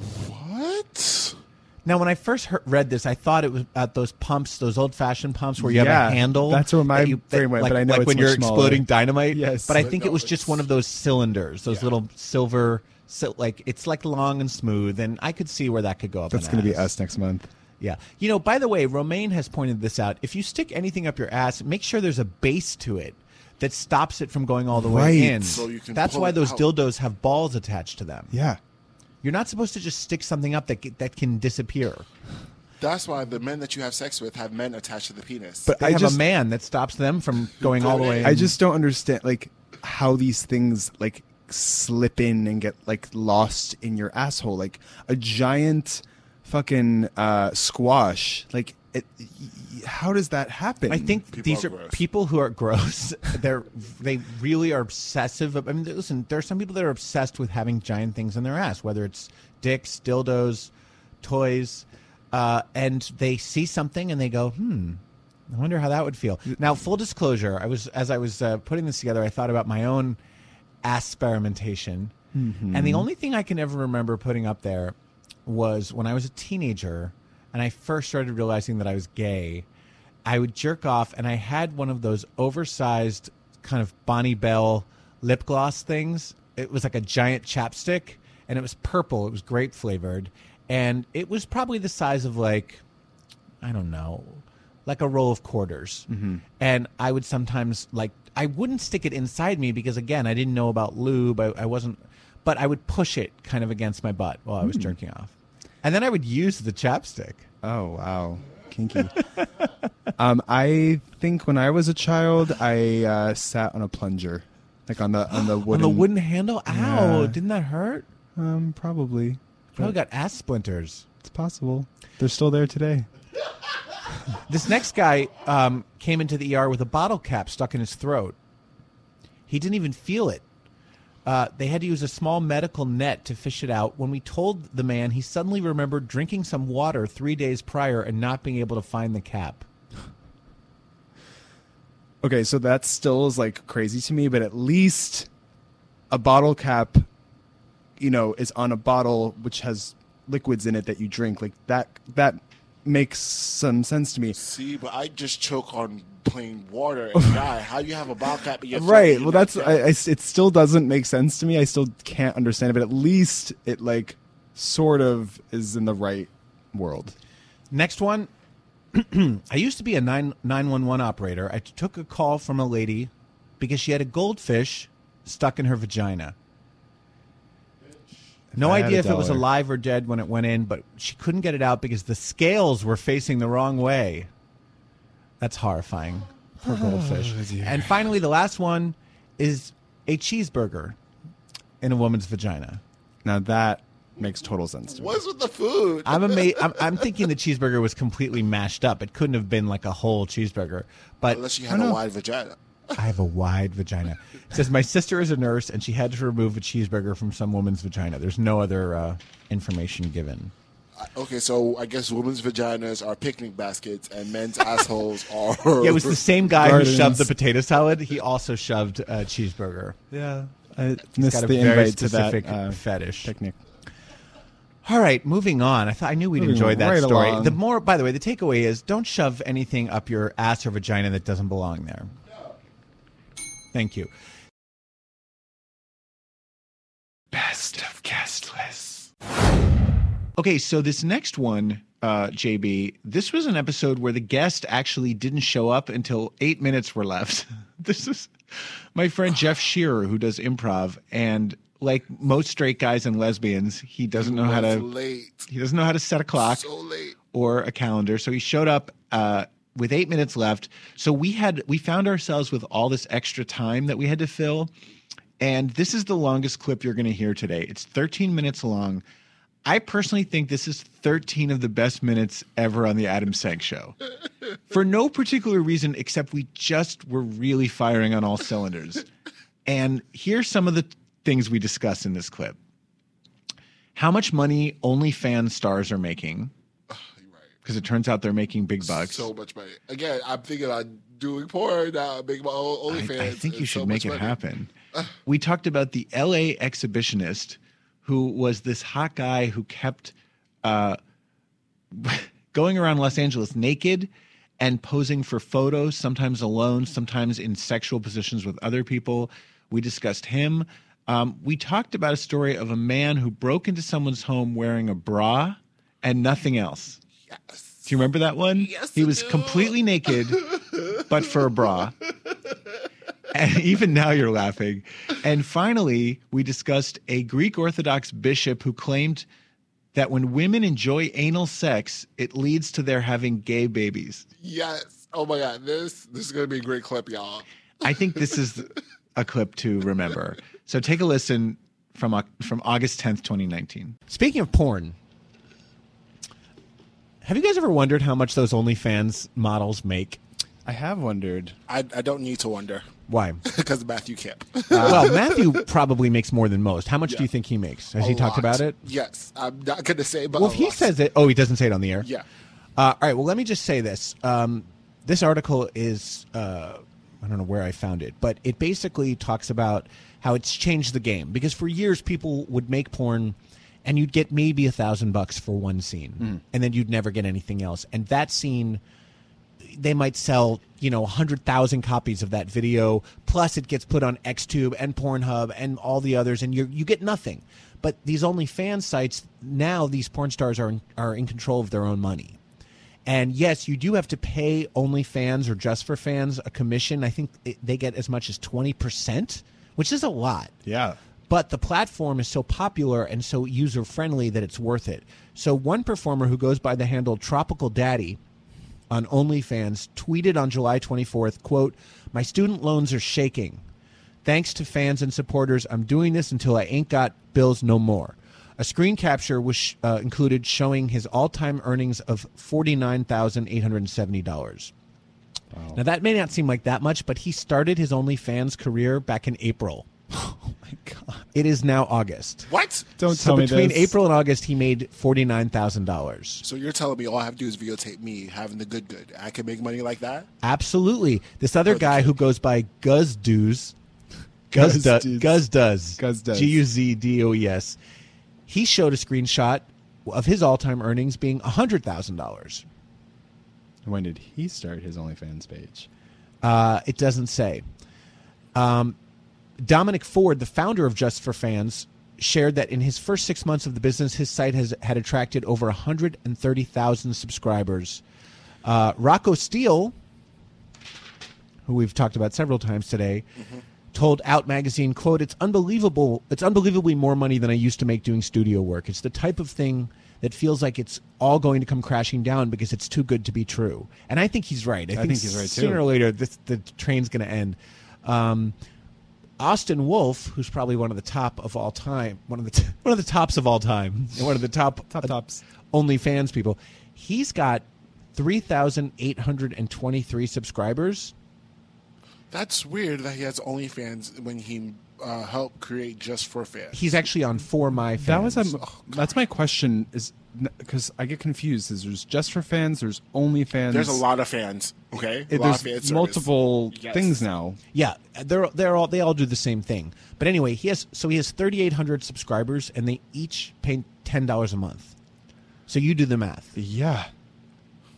S11: what?
S3: Now, when I first heard, read this, I thought it was about those pumps, those old-fashioned pumps where you have
S10: Yeah,
S3: a handle.
S10: that's where my
S3: that you- that-
S10: brain went,
S3: like,
S10: but I know
S3: like
S10: it's
S3: when
S10: much
S3: you're
S10: smaller.
S3: exploding dynamite.
S10: Yes.
S3: but I
S10: But
S3: think
S11: no,
S3: it was just
S11: it's-
S3: one of those cylinders, those
S11: Yeah.
S3: little silver, sil- like it's like long and smooth, and I could see where that could go up.
S10: That's
S3: an
S10: gonna be
S3: ass.
S10: us next month.
S3: Yeah. You know, by the way, Romaine has pointed this out. If you stick anything up your ass, make sure there's a base to it that stops it from going all the
S10: Right.
S3: way in.
S11: So you can
S3: That's
S11: pull
S3: why
S11: it
S3: those
S11: out.
S3: dildos have balls attached to them.
S10: Yeah.
S3: You're not supposed to just stick something up that that can disappear.
S11: That's why the men that you have sex with have men attached to the penis.
S17: But
S3: They
S17: I
S3: have
S17: just,
S3: a man that stops them from going all the way.
S10: I
S3: in.
S10: just don't understand like how these things like slip in and get like lost in your asshole like a giant fucking uh squash like it, y- y- how does that happen
S3: I think these are, people who are gross. They're they really are obsessive. ab- I mean, listen, there are some people that are obsessed with having giant things in their ass, whether it's dicks, dildos, toys, uh, and they see something and they go, hmm. I wonder how that would feel. Now, full disclosure, I was as I was uh, putting this together, I thought about my own experimentation,
S17: Mhm.
S3: and the only thing I can ever remember putting up there was when I was a teenager and I first started realizing that I was gay. I would jerk off, and I had one of those oversized kind of Bonnie Bell lip gloss things. It was like a giant chapstick, and it was purple. It was grape flavored, and it was probably the size of like I don't know, like a roll of quarters.
S10: Mm-hmm.
S17: Mhm.
S3: And I would sometimes like I wouldn't stick it inside me because again I didn't know about lube. I, I wasn't, but I would push it kind of against my butt while I was
S10: Hmm.
S3: jerking off, and then I would use the chapstick.
S10: Oh wow, kinky. um i think when i was a child i uh sat on a plunger like on the on the wooden
S3: On the wooden handle. Ow!
S10: Yeah.
S3: Didn't that hurt?
S10: Um, probably.
S3: Probably got ass splinters.
S10: It's possible. They're still there today.
S3: This next guy um, came into the ER with a bottle cap stuck in his throat. He didn't even feel it. Uh, they had to use a small medical net to fish it out. When we told the man, he suddenly remembered drinking some water three days prior and not being able to find the cap.
S10: Okay, so that still is like crazy to me, but at least a bottle cap, you know, is on a bottle which has liquids in it that you drink. Like that that makes some sense to me.
S11: See, but I just choke on plain water and die. How do you have a bottle cap in your throat?
S10: Right. Well,
S11: You know?
S10: that's I, I s- it. Still doesn't make sense to me. I still can't understand it. But at least it like sort of is in the right world.
S3: Next one. I used to be a 9- 911 operator. I took a call from a lady because she had a goldfish stuck in her vagina. No
S17: I had
S3: idea
S17: a
S3: if it was
S17: dollar.
S3: alive or dead when it went in, but she couldn't get it out because the scales were facing the wrong way. That's horrifying. Poor goldfish.
S17: Oh, dear.
S3: and finally, the last one is a cheeseburger in a woman's vagina.
S10: Now that makes total sense to me.
S11: What's with the food?
S3: I'm amazed. I'm, I'm thinking the cheeseburger was completely mashed up. It couldn't have been like a whole cheeseburger. But
S11: Unless you had a wide vagina.
S3: I have a wide vagina. It says my sister is a nurse and she had to remove a cheeseburger from some woman's vagina. There's no other uh, information given.
S11: Okay, so I guess women's vaginas are picnic baskets and men's assholes are.
S3: Yeah, it was the same guy who shoved the potato salad. He also shoved a cheeseburger.
S10: Yeah, I
S3: He's
S10: missed
S3: got a
S10: the
S3: very
S10: invite to that
S3: specific
S10: uh,
S3: fetish
S10: picnic.
S3: All right, moving on. I thought I knew we'd
S10: Moving
S3: enjoy that
S10: right
S3: story.
S10: along.
S3: The more, by the way, the takeaway is don't shove anything up your ass or vagina that doesn't belong there. Thank you.
S18: Best of guest lists.
S3: Okay, so this next one, uh, JB, this was an episode where the guest actually didn't show up until eight minutes were left. this is my friend Jeff Shearer, who does improv, and like most straight guys and lesbians, he doesn't know how to
S11: was late.
S3: he doesn't know how to set a clock
S11: So late.
S3: or a calendar. So he showed up uh, with eight minutes left. So we had we found ourselves with all this extra time that we had to fill. And this is the longest clip you're going to hear today. It's 13 minutes long. I personally think this is 13 of the best minutes ever on the Adam Sank show. For no particular reason except we just were really firing on all cylinders. And here's some of the things we discuss in this clip. How much money OnlyFans stars are making? Because it turns out they're making big bucks.
S11: So much money. Again, I'm thinking about doing porn now, making my own OnlyFans.
S3: I think you
S11: It's
S3: should
S11: so
S3: make it
S11: much money. Ah.
S3: happen. we talked about the LA exhibitionist who was this hot guy who kept uh, going around Los Angeles naked and posing for photos, sometimes alone, sometimes in sexual positions with other people. We discussed him. Um, we talked about a story of a man who broke into someone's home wearing a bra and nothing else. Yes. Do you remember that one? Yes. He was completely naked, but for a bra and even now you're laughing. And finally, we discussed a Greek Orthodox bishop who claimed
S15: that when women enjoy anal sex, it leads to their having gay babies.
S11: Yes. Oh my God. This this is gonna be a great clip, y'all.
S15: I think this is a clip to remember. So take a listen from Au- from August 10th, 2019.
S3: Speaking of porn, have you guys ever wondered how much those OnlyFans models make? I have wondered.
S11: I, I don't need to wonder
S3: Why?
S11: because Matthew Kemp.
S3: well, Matthew probably makes more than most. How much do you think he makes? Has
S11: A
S3: he talked
S11: lot.
S3: about it?
S11: Yes, I'm not gonna say, but
S3: well,
S11: a
S3: if he
S11: lot.
S3: says it, oh, he doesn't say it on the air.
S11: Yeah.
S3: Uh, all right. Well, let me just say this. Um, this article is uh, I don't know where I found it, but it basically talks about how it's changed the game because for years people would make porn and you'd get maybe a thousand bucks for one scene
S19: Mm.
S3: and then you'd never get anything else and that scene they might sell you know 100000 copies of that video plus it gets put on xtube and pornhub and all the others and you you get nothing but these only fan sites now these porn stars are in, are in control of their own money and yes, you do have to pay OnlyFans or Just for Fans a commission. I think it- they get as much as 20%, which is a lot.
S10: Yeah.
S3: But the platform is so popular and so user friendly that it's worth it. So one performer who goes by the handle Tropical Daddy on OnlyFans tweeted on July 24th, quote, "My student loans are shaking. Thanks to fans and supporters, I'm doing this until I ain't got bills no more." A screen capture was sh- uh, included showing his all-time earnings of $49,870. Now that may not seem like that much, but he started his OnlyFans career back in April. Oh my god! It is now August.
S11: What?
S3: Don't so
S11: tell me
S3: between
S11: this.
S3: April and August, he made forty nine thousand dollars.
S11: So you're telling me all I have to do is videotape me having the good good. I can make money like that.
S3: Absolutely. This other guy who goes by Guz Does, Guz Does, Guz Does,
S10: Does.
S3: G U Z D O E S. He showed a screenshot of his all time earnings being hundred thousand dollars.
S10: When did he start his OnlyFans page?
S3: Uh, it doesn't say. Um, Dominic Ford, the founder of Just for Fans, shared that in his first six months of the business, his site has had attracted over 130,000 subscribers. Uh, Rocco Steele, who we've talked about several times today,
S10: Mm-hmm.
S3: told Out Magazine, "quote It's unbelievable. It's unbelievably more money than I used to make doing studio work. It's the type of thing that feels like it's all going to come crashing down because it's too good to be true." And I think he's right. I,
S10: I think he's right, too.
S3: Sooner or later, this, the train's going to end. Um, Austin Wolf, who's probably one of the top of all time, one of the t- one of the tops of all time, and one of the top top tops OnlyFans people, he's got three thousand eight hundred and twenty three subscribers.
S11: That's weird that he has OnlyFans when he uh, helped create just for fans.
S3: He's actually on for my fans.
S10: That was a, oh, that's my question is because I get confused. Is there's just for fans? There's only fans.
S11: There's a lot of fans. Okay,
S10: It-
S11: a lot of fan
S10: there's
S11: service.
S10: multiple
S11: Yes.
S10: things now.
S3: Yeah, they're they're all they all do the same thing. But anyway, he has so he has 3800 subscribers and they each pay $10 a month. So you do the math.
S10: Yeah.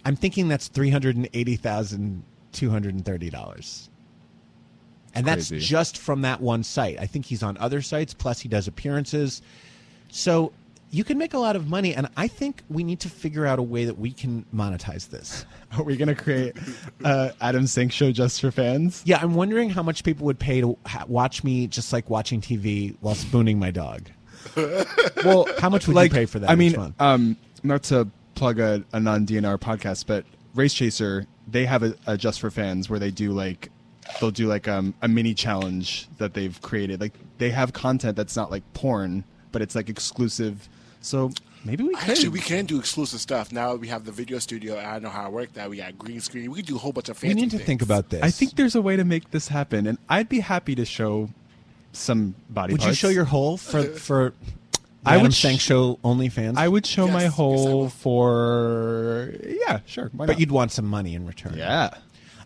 S3: I'm thinking that's $380,230. And that's
S10: crazy.
S3: just from that one site. I think he's on other sites plus he does appearances. So you can make a lot of money and I think we need to figure out a way that we can monetize this.
S10: Are we gonna create uh, Adam Sink show just for fans?
S3: Yeah, I'm wondering how much people would pay to ha- watch me just like watching TV while spooning my dog. well, how much would
S10: like,
S3: you pay for that?
S10: I
S3: each
S10: mean,
S3: month?
S10: um, not to plug a, a non DNR podcast, but Race Chaser they have a, a just for fans where they do like they'll do like um, a mini challenge that they've created. Like they have content that's not like porn, but it's like exclusive. So maybe we could.
S11: Actually, we can do exclusive stuff now. that We have the video studio. and I know how to work that. We got green screen. We can do a whole bunch of fancy. things.
S10: I think there's a way to make this happen, and I'd be happy to show some body
S3: would you
S10: parts.
S3: show your hole for for?
S10: I would
S3: Sank
S10: sh-
S3: show OnlyFans.
S10: I would show my hole for yeah, sure. Why
S3: but
S10: not?
S3: you'd want some money in return.
S10: Yeah.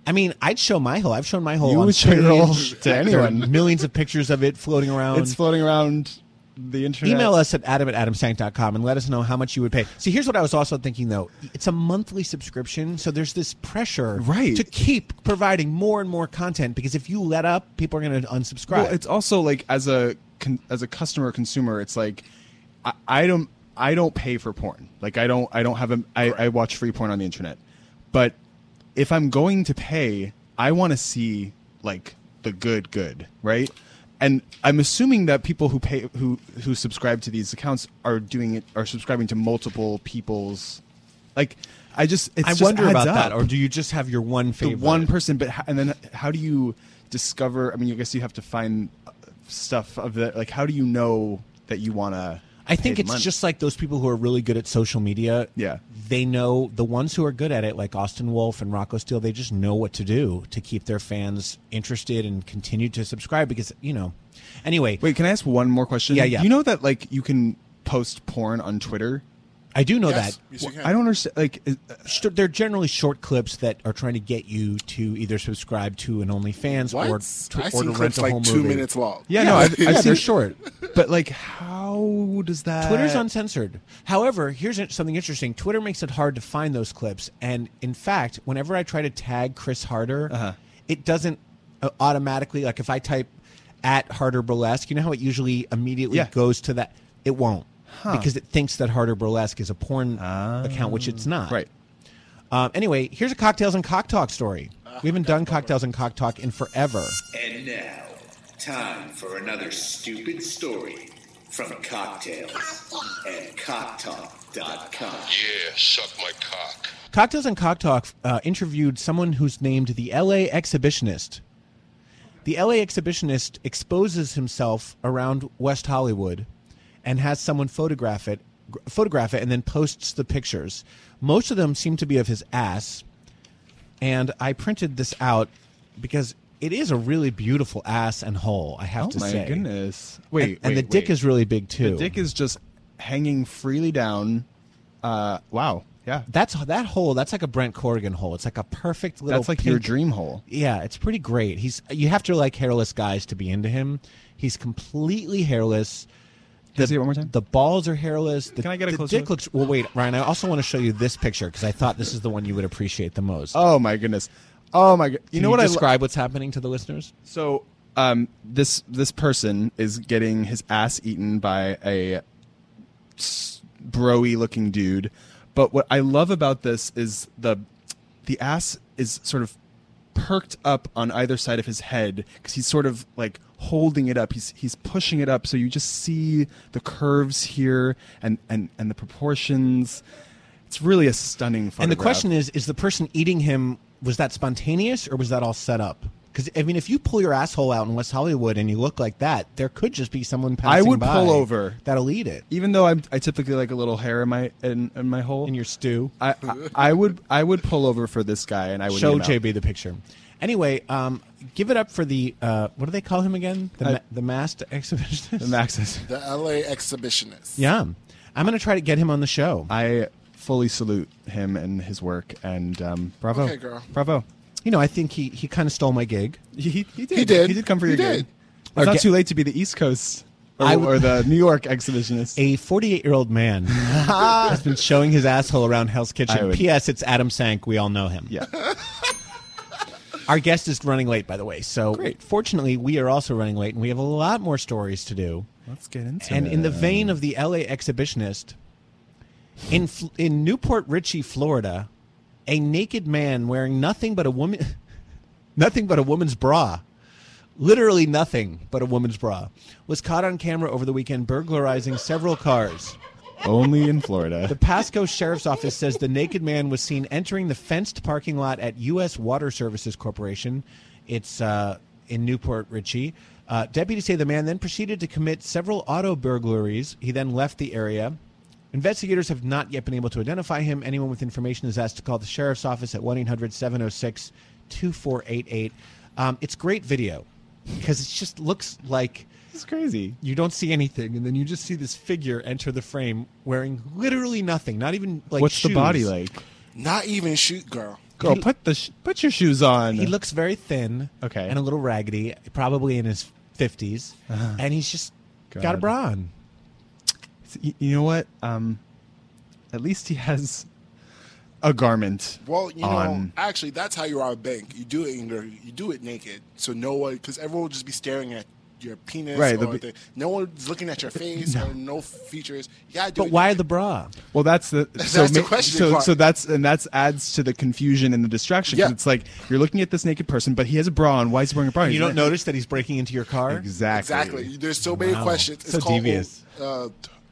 S3: I mean, I'd show my hole. I've shown my hole.
S10: You
S3: on
S10: would show your hole
S3: stage.
S10: to anyone.
S3: There are millions of pictures of it floating around.
S10: it's floating around the internet.
S3: Email us at adam at adamsank.com and let us know how much you would pay. See, here's what I was also thinking, though. It's a monthly subscription, so there's this pressure
S10: Right.
S3: to keep providing more and more content because if you let up, people are going to unsubscribe.
S10: Well, it's also like as a con- as a customer consumer, it's like I, I don't I don't pay for porn. Like I don't I don't have a I, I watch free porn on the internet. But if I'm going to pay, I want to see like the good good, right? and I'm assuming that people who pay who who subscribe to these accounts are doing it are subscribing to multiple people's like I just it's
S3: I
S10: just
S3: wonder
S10: adds
S3: about that,
S10: up.
S3: or do you just have your one favorite?
S10: the one person but h- and then how do you discover I mean I guess you have to find uh, stuff of that like how do you know that you want to
S3: I think it's just like those people who are really good at social media.
S10: Yeah.
S3: They know the ones who are good at it, like Austin Wolf and Rocco Steele, they just know what to do to keep their fans interested and continue to subscribe because, you know. Anyway.
S10: Wait, can I ask one more question?
S3: Yeah, yeah.
S10: You know that like you can post porn on Twitter?
S3: I do know Yes, that. yes, you
S10: Well,
S3: can.
S10: I don't understand like uh, is-
S3: Sh- They're generally short clips that are trying to get you to either subscribe to an OnlyFans
S11: What?
S3: or to
S11: I've
S3: or
S11: seen
S3: to rent
S11: clips
S3: a
S11: like
S3: whole
S11: two
S3: movie.
S11: minutes long.
S3: Yeah,
S10: Yeah,
S3: no, I've,
S10: I've- I've
S3: yeah, they're
S10: seen-
S3: short.
S10: But like, how does that?
S3: Twitter's uncensored. However, here's something interesting. Twitter makes it hard to find those clips, and in fact, whenever I try to tag Chris Harder,
S10: Uh-huh.
S3: it doesn't uh, automatically. Like if I type at Harder Burlesque, you know how it usually immediately
S10: Yeah.
S3: goes to that. It won't
S10: Huh. Ah.
S3: because it thinks that Harder Burlesque is a porn account, which it's not.
S10: Right.
S3: Um, anyway, here's a cocktails and cock talk story. we haven't done cocktails and cock talk in forever.
S19: And now, time for another stupid story from Cocktails and CockTalk.com. Yeah, suck my cock.
S3: Cocktails and Cock Talk uh, interviewed someone who's named the LA Exhibitionist. The LA Exhibitionist exposes himself around West Hollywood and has someone photograph it, gr- photograph it, and then posts the pictures. Most of them seem to be of his ass, and I printed this out because it is a really beautiful ass and hole. I have
S10: oh
S3: to
S10: my
S3: say.
S10: goodness! Wait,
S3: and, and
S10: wait,
S3: the dick
S10: wait.
S3: is really big too.
S10: The dick is just hanging freely down. Uh, wow. Yeah.
S3: That's that hole. That's like a Brent Corrigan hole. It's like a perfect little.
S10: That's like your
S3: pink-
S10: dream hole.
S3: Yeah, it's pretty great. He's you have to like hairless guys to be into him. He's completely hairless. The, one more time? The balls are hairless. The,
S10: Can I get a
S3: the
S10: closer
S3: dick
S10: look?
S3: looks. Well, wait, Ryan. I also want to show you this picture because I thought this is the one you would appreciate the most.
S10: Oh my goodness. Oh my god. You
S3: Can
S10: know what I
S3: describe what's happening to the listeners?
S10: So um, this this person is getting his ass eaten by a s- broy looking dude. But what I love about this is the the ass is sort of perked up on either side of his head because he's sort of like holding it up. He's he's pushing it up, so you just see the curves here and and and the proportions. It's really a stunning. Photograph.
S3: And the question is: Is the person eating him was that spontaneous or was that all set up? Because I mean, if you pull your asshole out in West Hollywood and you look like that, there could just be someone
S10: I
S3: passing.
S10: would
S3: by
S10: pull over.
S3: That'll eat it.
S10: Even though I'm, I typically like a little hair in my in, in my hole in
S3: your stew.
S10: I, I I would I would pull over for this guy and I would
S3: Show
S10: eat him out.
S3: JB the picture. Anyway, um, give it up for the uh, what do they call him again? The,
S10: I-
S3: ma- the masked exhibitionist. The
S10: maxis.
S11: The LA exhibitionist.
S3: Yeah, I'm gonna try to get him on the show.
S10: I fully salute him and his work and um, bravo,
S11: Okay, girl.
S10: bravo.
S3: You know, I think he he kind of stole my gig.
S10: He, he did.
S11: He did.
S10: He did come for
S11: He
S10: your
S11: did.
S10: gig. It's not
S3: Okay.
S10: too late to be the East Coast or,
S3: I w-
S10: or the New York exhibitionist.
S3: A 48 year old man has been showing his asshole around Hell's
S10: I
S3: Kitchen.
S10: would-
S3: P.S. It's Adam Sank. We all know him.
S10: Yeah.
S3: Our guest is running late, by the way. So fortunately, we are also running late, and we have a lot more stories to do.
S10: Let's get into
S3: And
S10: it.
S3: in the vein of the LA exhibitionist, in Fl- in Newport Richey, Florida, a naked man wearing nothing but a woman, nothing but a woman's bra, literally nothing but a woman's bra, was caught on camera over the weekend burglarizing several cars.
S10: only in Florida.
S3: The Pasco Sheriff's Office says the naked man was seen entering the fenced parking lot at U.S. Water Services Corporation. It's uh, in Newport Richey. Uh, deputies say the man then proceeded to commit several auto burglaries. He then left the area. Investigators have not yet been able to identify him. Anyone with information is asked to call the Sheriff's Office at 1 800 706 2488. Um, It's great video because it just looks like
S10: it's crazy.
S3: You don't see anything, and then you just see this figure enter the frame wearing literally nothing, not even like.
S10: What's the
S3: shoes.
S10: body like?
S11: Not even shoot, girl.
S10: Girl, put the sh- put your shoes on.
S3: He looks very thin,
S10: Okay.
S3: and a little raggedy, probably in his 50s
S10: Uh-huh.
S3: and he's just got a
S10: God.
S3: bra on.
S10: Y- You know what? Um, at least he has a garment.
S11: Well, you know,
S10: on.
S11: actually, that's how you rob a bank. You do it in your, you do it naked, so no one, because everyone will just be staring at your penis
S3: Right, the
S11: or
S3: be-
S11: the, no one's looking at your face or no features. Yeah, do
S3: But
S11: it.
S3: why the bra?
S10: Well, that's the
S11: That's
S10: so
S11: the
S10: ma-
S11: questioning
S10: so,
S11: part.
S10: so that's and that's adds to the confusion and the distraction. 'cause
S3: Yeah.
S10: It's like you're looking at this naked person, but he has a bra on. Why is he wearing a bra?
S3: You don't notice that he's breaking into your car?
S10: Exactly.
S11: Exactly. There's so many
S3: Wow.
S11: questions.
S3: So
S11: called,
S3: devious.
S11: Uh,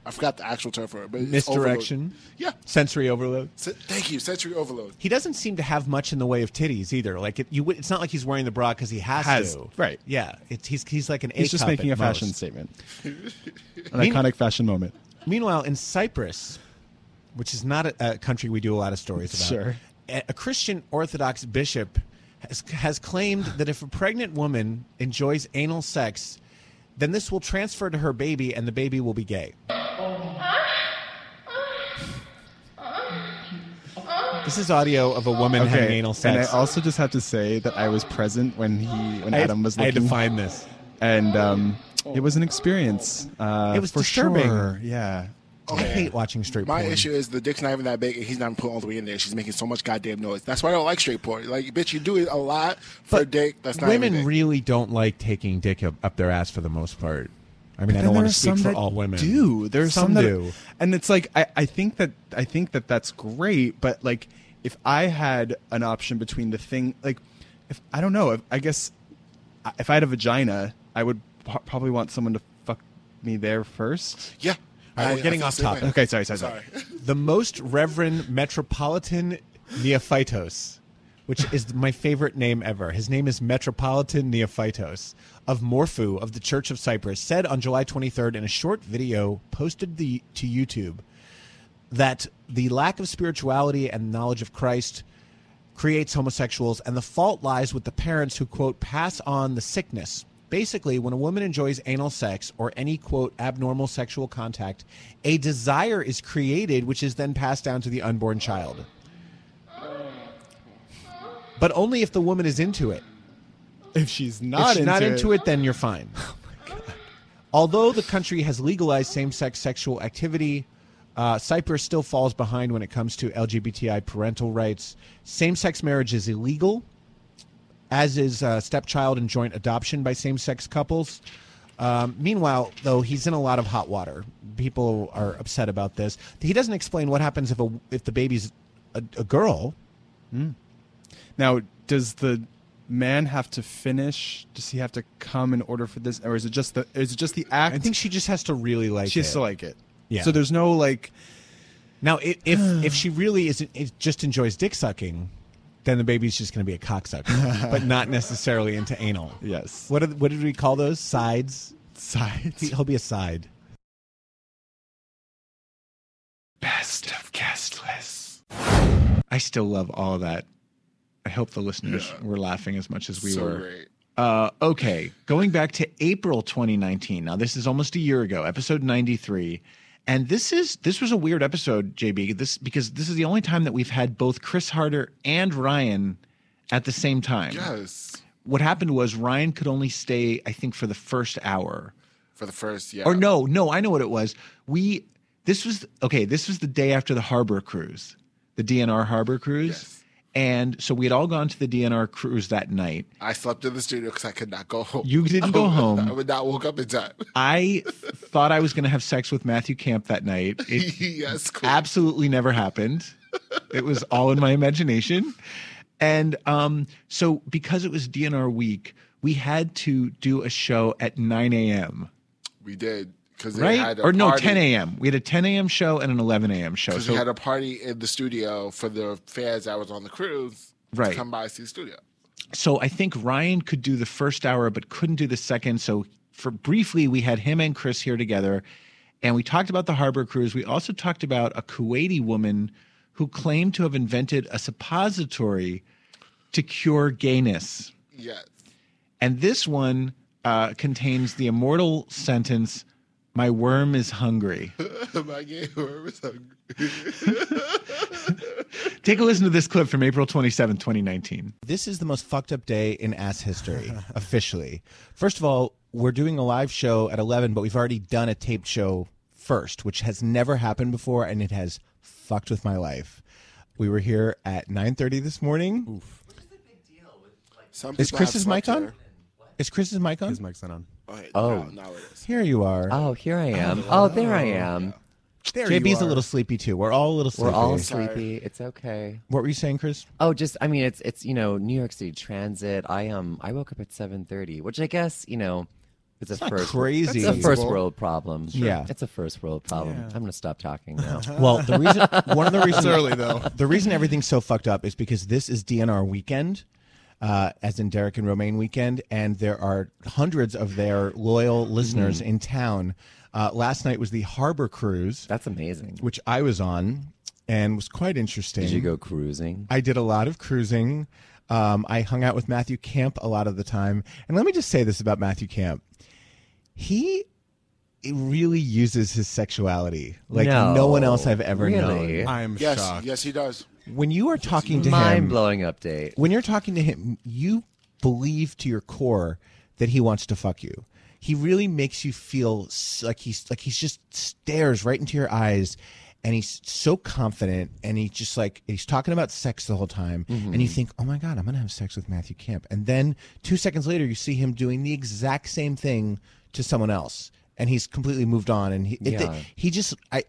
S11: I forgot the actual term for it, but it's
S3: Misdirection?
S11: overload. Yeah.
S3: Sensory overload?
S11: Se- thank you. Sensory overload.
S3: He doesn't seem to have much in the way of titties either. Like it, you, would- it's not like he's wearing the bra because he has,
S10: Has-
S3: to.
S10: right.
S3: Yeah, it's, he's he's like an.
S10: He's just
S3: A-cup
S10: making a
S3: at
S10: fashion
S3: most.
S10: statement, an
S3: Mean-
S10: iconic fashion moment.
S3: Meanwhile, in Cyprus, which is not a, a country we do a lot of stories about,
S10: Sure.
S3: a, a Christian Orthodox bishop has, has claimed that if a pregnant woman enjoys anal sex, then this will transfer to her baby, and the baby will be gay. This is audio of a woman having anal
S10: and I
S3: sex.
S10: also just have to say that I was present when he when
S3: I-
S10: Adam was
S3: I
S10: looking.
S3: had to find this,
S10: and um, it was an experience. Uh,
S3: It was
S10: for
S3: disturbing.
S10: sure. Yeah.
S3: I hate watching straight
S11: My
S3: porn.
S11: issue is the dick's not even that big, and he's not even put all the way in there. She's making so much goddamn noise. That's why I don't like straight porn. Like, bitch, you do it a lot for a dick. That's not
S3: women
S11: even dick.
S3: really don't like taking dick up, up their ass for the most part. I mean, I don't want to speak for all women.
S10: Do there's some, that
S3: do.
S10: and it's like I, I think that I think that that's great, but like if I had an option between the thing, like if I don't know, if, I guess I- if I had a vagina, I would po- probably want someone to fuck me there first.
S11: Yeah,
S3: All right, we're getting off topic.
S10: Okay, sorry, sorry, sorry.
S3: the most reverend metropolitan neophytos, which is my favorite name ever. His name is Metropolitan Neophytos of Morphu of the Church of Cyprus, said on July 23rd in a short video posted the, to YouTube that the lack of spirituality and knowledge of Christ creates homosexuals, and the fault lies with the parents who, quote, pass on the sickness. Basically, when a woman enjoys anal sex or any, quote, abnormal sexual contact, a desire is created, which is then passed down to the unborn child. But only if the woman is into it.
S10: If she's not
S3: if she's not
S10: into Oh
S3: into it, then you're fine. Although the country has legalized same-sex sexual activity, uh, Cyprus still falls behind when it comes to LGBTI parental rights. Same-sex marriage is illegal, as is uh, stepchild and joint adoption by same-sex couples. Um, meanwhile, though, he's in a lot of hot water. People are upset about this. He doesn't explain what happens if a if the baby's a, a girl.
S10: Now, does the man have to finish? Does he have to come in order for this, or is it just the is it just the act? I think
S3: she just has to really like.
S10: She has
S3: it.
S10: to like it.
S3: Yeah.
S10: So there's no like.
S3: Now, i- if if she really is it just enjoys dick sucking, then the baby's just going to be a cocksucker, but not necessarily into anal.
S10: Yes.
S3: What are, what did we call those sides?
S10: Sides.
S3: He'll be a side.
S2: Best of guest lists. I still love all that. I hope the listeners were laughing as much as we
S11: So
S2: were.
S11: great.
S2: Uh, okay, going back to April 2019. Now this is almost a year ago, episode 93, and this is this was a weird episode, JB. This because this is the only time that we've had both Chris Harder and Ryan at the same time.
S11: Yes.
S2: What happened was Ryan could only stay, I think, for the first hour.
S11: For the first, yeah.
S2: Or Oh, no, no, I know what it was. We this was okay, this was the day after the harbor cruise, the DNR harbor cruise. And so we had all gone to the DNR cruise that night.
S11: I slept in the studio because I could not go home.
S2: You didn't go
S11: I would-
S2: home.
S11: I would not woke up in time.
S2: I thought I was going to have sex with Matthew Camp that night. It
S11: yes, cool.
S2: absolutely never happened. It was all in my imagination. And um, so, because it was DNR week, we had to do a show at 9 a.m.
S11: we did because
S2: right?
S11: had a
S2: or no,
S11: party-
S2: 10 a.m. We had a 10 a.m. show and an 11 a.m. show.
S11: Because
S2: So
S11: we had a party in the studio for the fans that was on the cruise
S2: Right.
S11: to come by and see the studio.
S2: so I think Ryan could do the first hour, but couldn't do the second. So for briefly, we had him and Chris here together, and we talked about the harbor cruise. We also talked about a Kuwaiti woman who claimed to have invented a suppository to cure gayness.
S11: Yes.
S2: And this one uh, contains the immortal sentence, "My worm is hungry."
S11: My game was hungry.
S2: Take a listen to this clip from April twenty seventh, 2019.
S3: This is the most fucked up day in ass history, officially. First of all, we're doing a live show at 11, but we've already done a taped show first, which has never happened before and it has fucked with my life. We were here at 9:30 this morning.
S11: Some
S3: Is
S11: people have
S3: Chris's
S11: slept
S3: mic on?
S11: here.
S3: Is Chris's mic on? His
S10: mic's not on.
S11: Okay,
S3: Oh.
S11: now, now it is.
S3: Here you are.
S7: Oh, here I am. Oh, there I am.
S3: There JB's a little sleepy too. We're all a little
S7: We're
S3: sleepy.
S7: all sleepy. It's okay.
S3: What were you saying, Chris?
S7: Oh, just I mean, it's it's you know New York City transit. I um I woke up at seven thirty, which I guess you know it's a
S3: not
S7: first
S3: crazy.
S7: It's a
S3: That's
S7: first world problem.
S3: Sure. Yeah.
S7: it's a first world problem.
S3: Yeah.
S7: I'm gonna stop talking now.
S3: Well, the reason one of the reasons
S10: early, though.
S3: The reason everything's so fucked up is because this is DNR weekend, uh, as in Derek and Romaine weekend, and there are hundreds of their
S7: Mm-hmm.
S3: loyal listeners in town. Uh, last night was the Harbor Cruise,
S7: that's amazing.
S3: which I was on, and was quite interesting.
S7: Did you go cruising?
S3: I did a lot of cruising. Um, I hung out with Matthew Camp a lot of the time. And let me just say this about Matthew Camp. He really uses his sexuality like no,
S7: No,
S3: one else I've ever
S7: really?
S3: known.
S10: I'm
S11: Yes,
S10: shocked.
S11: yes, he does.
S3: When you are talking to
S7: Mind
S3: him,
S7: blowing update.
S3: when you're talking to him, you believe to your core that he wants to fuck you. He really makes you feel s- like he's like he's just stares right into your eyes, and he's so confident, and he just like he's talking about sex the whole time, and you think, oh my god, I'm gonna have sex with Matthew Camp, and then two seconds later, you see him doing the exact same thing to someone else, and he's completely moved on, and he it-
S7: Yeah.
S3: he just I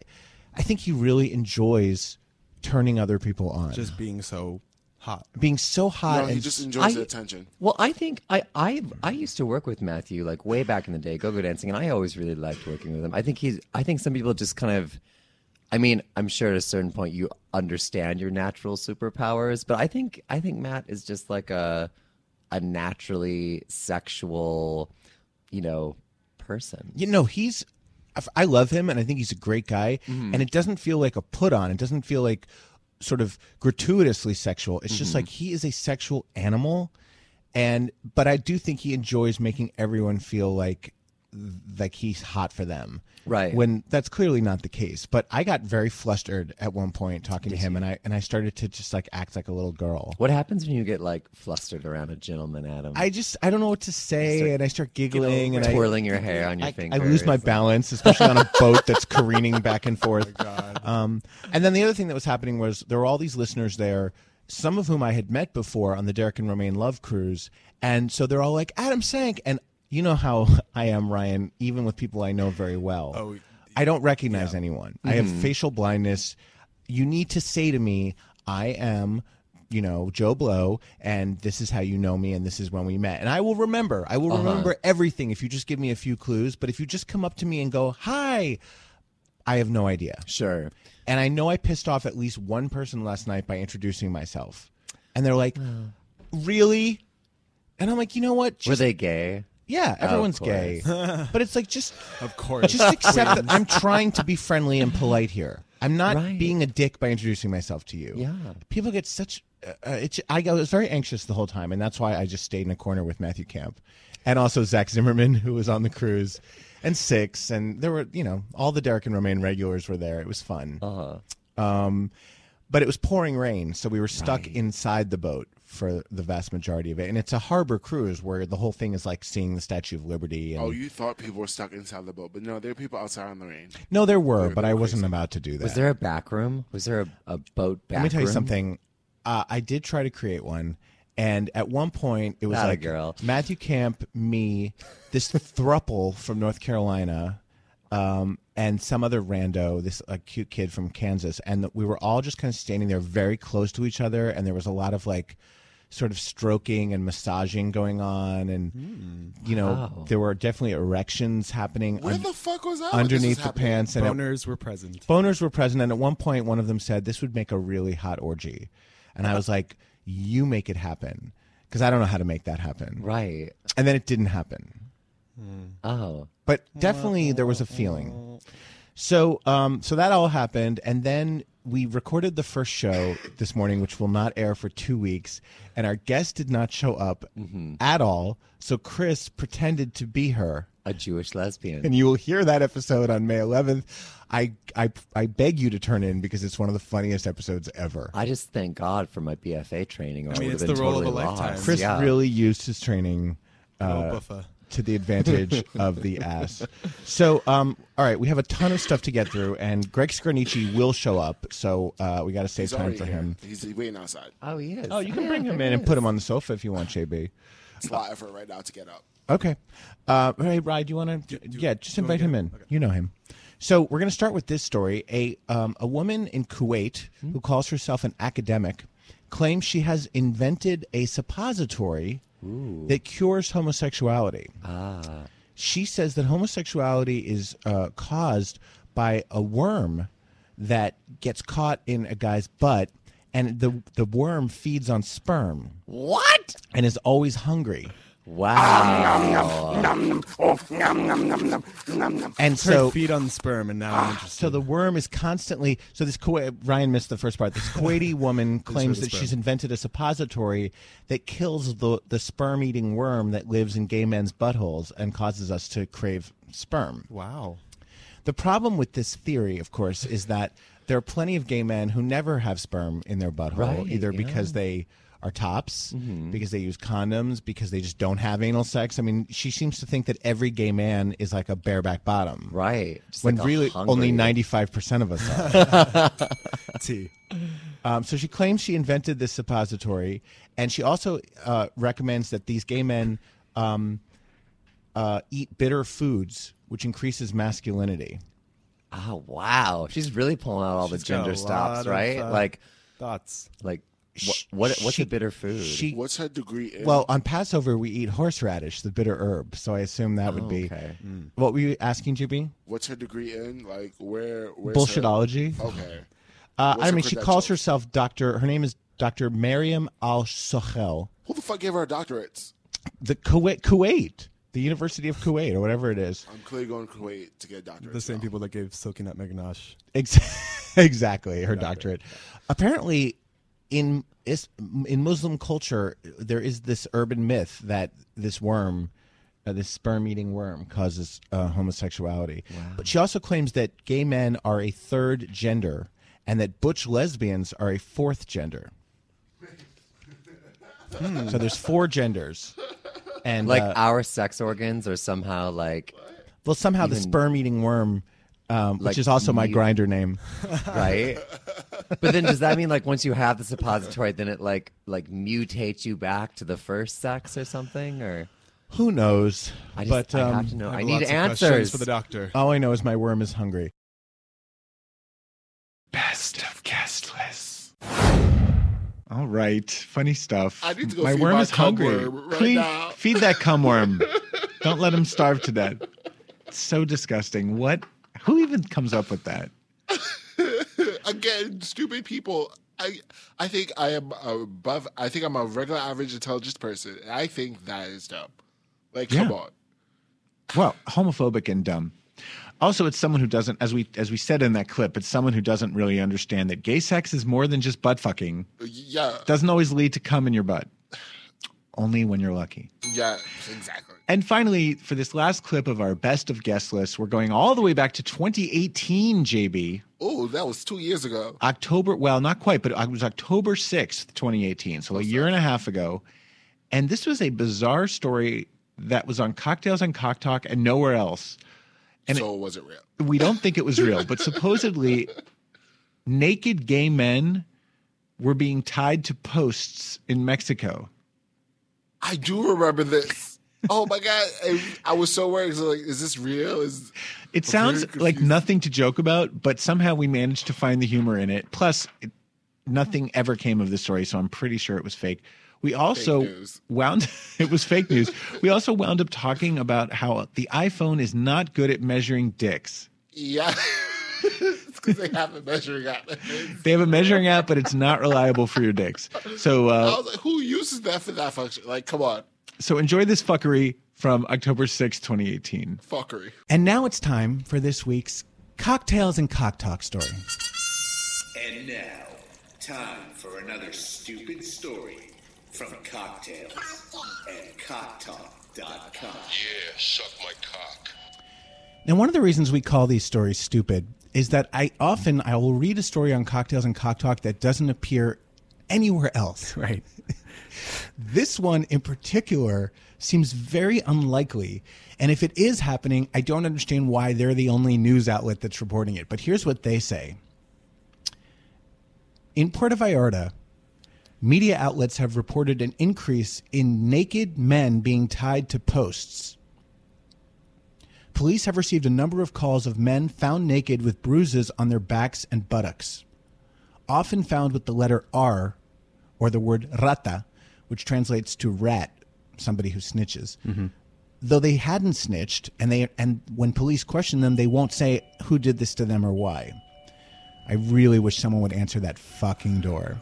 S3: I think he really enjoys turning other people on,
S10: Just being so hot.
S3: being so hot.
S11: No, he
S3: and
S11: just enjoys
S7: I-
S11: the attention.
S7: Well, I think I, I I used to work with Matthew like way back in the day, go go dancing, and I always really liked working with him. I think he's I think some people just kind of I mean, I'm sure at a certain point you understand your natural superpowers, but I think I think Matt is just like a a naturally sexual, you know, person.
S3: you know he's I f- i love him and i think he's a great guy
S7: Mm-hmm.
S3: and it doesn't feel like a put on it doesn't feel like sort of gratuitously sexual it's
S7: Mm-hmm.
S3: just like he is a sexual animal and but i do think he enjoys making everyone feel like th- like he's hot for them
S7: Right.
S3: when that's clearly not the case but i got very flustered at one point talking to him and i and i started to just like act like a little girl
S7: What happens when you get like flustered around a gentleman, Adam?
S3: I just I don't know what to say,
S7: Start
S3: and I start giggling and I-
S7: twirling your hair on your
S3: I, I
S7: fingers.
S3: lose my balance, especially on a boat that's careening back and forth. Um, and then the other thing that was happening was there were all these listeners there, some of whom I had met before on the Derek and Romaine Love Cruise, and so they're all like Adam Sank, and you know how I am, Ryan. Even with people I know very well,
S10: Oh,
S3: I don't recognize anyone. I have facial blindness. You need to say to me, I am, you know, Joe Blow, and this is how you know me, and this is when we met. And I will remember. I will remember everything if you just give me a few clues. But if you just come up to me and go, hi, I have no idea.
S7: Sure.
S3: And I know I pissed off at least one person last night by introducing myself. And they're like, really? And I'm like, you know what?
S7: Were
S3: Just,
S7: they gay?
S3: yeah, everyone's
S7: course.
S3: gay. but it's like, just
S10: Of course.
S3: just accept that I'm trying to be friendly and polite here. I'm not
S7: Right.
S3: being a dick by introducing myself to you.
S7: Yeah.
S3: People get such. Uh, uh, it's, I I was very anxious the whole time, and that's why I just stayed in a corner with Matthew Camp, and also Zach Zimmerman, who was on the cruise, and Six, and there were you know all the Derek and Romaine regulars were there. It was fun,
S7: Uh-huh.
S3: um, but it was pouring rain, so we were stuck inside the boat for the vast majority of it. And it's a harbor cruise where the whole thing is like seeing the Statue of Liberty. And,
S11: Oh, you thought people were stuck inside the boat, but no, there are people outside on the rain.
S3: No, there were, but I wasn't about to do that.
S7: Was there a back room? Was there a, a boat back
S3: Let me tell you
S7: room?
S3: something. Uh, I did try to create one, and at one point it was
S7: Atta
S3: like
S7: girl.
S3: Matthew Camp, me, this thruple from North Carolina, um, and some other rando, this uh, cute kid from Kansas, and we were all just kind of standing there, very close to each other, and there was a lot of like. Sort of stroking and massaging going on, and you know
S7: Wow.
S3: there were definitely erections happening
S11: Hmm. Where
S3: un-
S11: the fuck was I? when this was
S3: underneath the
S11: happening?
S3: pants. And at
S10: Boners were present.
S3: boners were present and at one point one of them said this would make a really hot orgy and i was like you make it happen because i don't know how to make that happen
S7: Right.
S3: and then it didn't happen
S7: Oh.
S3: but definitely there was a feeling so um so that all happened and then we recorded the first show this morning which will not air for two weeks and our guest did not show up at all so chris pretended to be her
S7: A Jewish lesbian.
S3: and you will hear that episode on May 11th. I I I beg you to turn in because it's one of the funniest episodes ever.
S7: I just thank God for my BFA training, or I,
S10: mean,
S7: would
S10: it's
S7: have been
S10: the role of
S7: totally
S10: a lifetime.
S7: lost.
S3: Chris
S7: yeah.
S3: really used his training
S10: Little
S3: uh,
S10: Oh, buffa.
S3: to the advantage of the ass. So, um, all right, we have a ton of stuff to get through, and Greg Scarnici will show up, so uh, we got to save
S11: He's
S3: time
S11: already
S3: for
S11: here.
S3: him.
S11: He's waiting outside.
S7: Oh, he is.
S3: Oh, you can bring him in and put him on the sofa if you want, JB.
S11: It's a lot of effort right now to get up.
S3: Okay. Uh, hey, Rye, do you want to? Yeah, just invite him in. You know him. So we're going to start with this story. A um, a woman in Kuwait who calls herself an academic claims she has invented a suppository that cures homosexuality.
S7: Ah.
S3: She says that homosexuality is uh, caused by a worm that gets caught in a guy's butt, and the the worm feeds on sperm
S7: What?
S3: and is always hungry.
S7: Wow.
S3: And so
S10: feed on sperm, and now I'm interested.
S3: So the worm is constantly. So this Kuwait, Ryan missed the first part. This Kuwaiti woman claims
S10: the
S3: that
S10: sperm.
S3: she's invented a suppository that kills the the sperm eating worm that lives in gay men's buttholes and causes us to crave sperm.
S10: Wow.
S3: The problem with this theory, of course, is that there are plenty of gay men who never have sperm in their butthole,
S7: Right,
S3: either
S7: yeah.
S3: because they are tops, because they use condoms, because they just don't have anal sex. I mean, she seems to think that every gay man is like a bareback bottom.
S7: Right. Just
S3: when
S7: like a
S3: really
S7: hungry-
S3: only 95% of us are.
S10: T.
S3: um, so she claims she invented this suppository, and she also uh, recommends that these gay men um, uh, eat bitter foods, which increases masculinity.
S7: Oh wow. She's really pulling out all the
S10: She's got
S7: gender
S10: a lot
S7: stops,
S10: of,
S7: right?
S10: uh,
S7: like
S10: Thoughts.
S7: like what, what what's
S3: She-
S7: a bitter food?
S3: She
S11: What's her degree in?
S3: Well, on Passover we eat horseradish, the bitter herb. So I assume that would be.
S7: okay. Hmm.
S3: What were you asking, JB?
S11: What's her degree in? Like where? Where's her-
S3: Bullshitology.
S11: Okay.
S3: Uh,
S11: What's
S3: I
S11: her
S3: mean, she calls
S11: credentials?
S3: herself Doctor. Her name is Doctor Mariam Al Sohel.
S11: Who the fuck gave her doctorates?
S3: The Kuwait, Kuwait, the University of Kuwait, or whatever it is.
S11: I'm clearly going to Kuwait to get doctorates.
S10: The same
S11: now.
S10: people that gave Silky Nutmeg Ganache.
S3: Ex- exactly, her doctorate. Apparently, in is, in Muslim culture, there is this urban myth that this worm, uh, this sperm-eating worm, causes uh, homosexuality. But she also claims that gay men are a third gender, and that butch lesbians are a fourth gender. So there's four genders, and
S7: like
S3: uh,
S7: our sex organs are somehow like
S3: well, somehow the
S7: even-
S3: sperm-eating worm, um,
S7: Like
S3: which is also my
S7: you-
S3: grinder name.
S7: right? but then does that mean like once you have the suppository, then it like like mutates you back to the first sex or something? Or
S3: Who knows?
S7: I just
S3: but um,
S7: I have to know. I,
S10: have
S7: need
S10: lots of questions
S7: answers.
S10: for the doctor.
S3: All I know is my worm is hungry.
S2: Best of guest lists. All right, funny stuff.
S11: I need to go
S2: my
S11: feed
S2: worm
S11: my
S2: is
S11: cum
S2: hungry.
S11: worm right
S2: Please
S11: now.
S2: feed that cum worm. Don't let him starve to death. It's so disgusting. What? Who even comes up with that?
S11: Again, stupid people. I I think I am above. I think I'm a regular, average, intelligent person. And I think that is dumb. Like, come
S2: Yeah.
S11: on.
S2: Well, homophobic and dumb. Also, it's someone who doesn't, as we as we said in that clip, it's someone who doesn't really understand that gay sex is more than just butt fucking.
S11: Yeah.
S2: Doesn't always lead to cum in your butt. Only when you're lucky.
S11: Yeah. Exactly.
S2: And finally, for this last clip of our best of guest list, we're going all the way back to 2018, JB.
S11: Oh, that was two years ago.
S2: October, well, not quite, but it was October 6th, 2018. So a year and a half ago. And this was a bizarre story that was on Cocktails and Cock Talk and nowhere else. And
S11: so it wasn't real.
S2: We don't think it was real, but supposedly naked gay men were being tied to posts in Mexico.
S11: I do remember this. Oh my god, I, I was so worried. So like, is this real?
S2: It
S11: Is I'm very
S2: sounds like
S11: confused.
S2: nothing to joke about, but somehow we managed to find the humor in it. Plus, it, nothing ever came of this story, so I'm pretty sure it was fake. We also
S11: news.
S2: wound it was fake news. We also wound up talking about how the iPhone is not good at measuring dicks.
S11: yeah? it's because they haven't measuring out.
S2: They have a measuring app, but it's not reliable for your dicks. So,
S11: I
S2: uh,
S11: was like, who uses that for that function? Like, come on,
S2: so enjoy this fuckery from October sixth, 2018.
S11: fuckery.
S3: And now it's time for this week's Cocktails and Cock Talk story.
S19: And now, time for another stupid story from Cocktails and CockTalk.com.
S9: Yeah, suck my cock.
S3: Now, one of the reasons we call these stories stupid is that I often I will read a story on Cocktails and Cock Talk that doesn't appear anywhere else. Right. this one in particular seems very unlikely, and if it is happening, I don't understand why they're the only news outlet that's reporting it. But here's what they say. In Puerto Vallarta, media outlets have reported an increase in naked men being tied to posts. Police have received a number of calls of men found naked with bruises on their backs and buttocks, often found with the letter R or the word rata, which translates to rat, somebody who snitches.
S10: Mhm.
S3: Though they hadn't snitched, and they and when police question them, they won't say who did this to them or why. I really wish someone would answer that fucking door.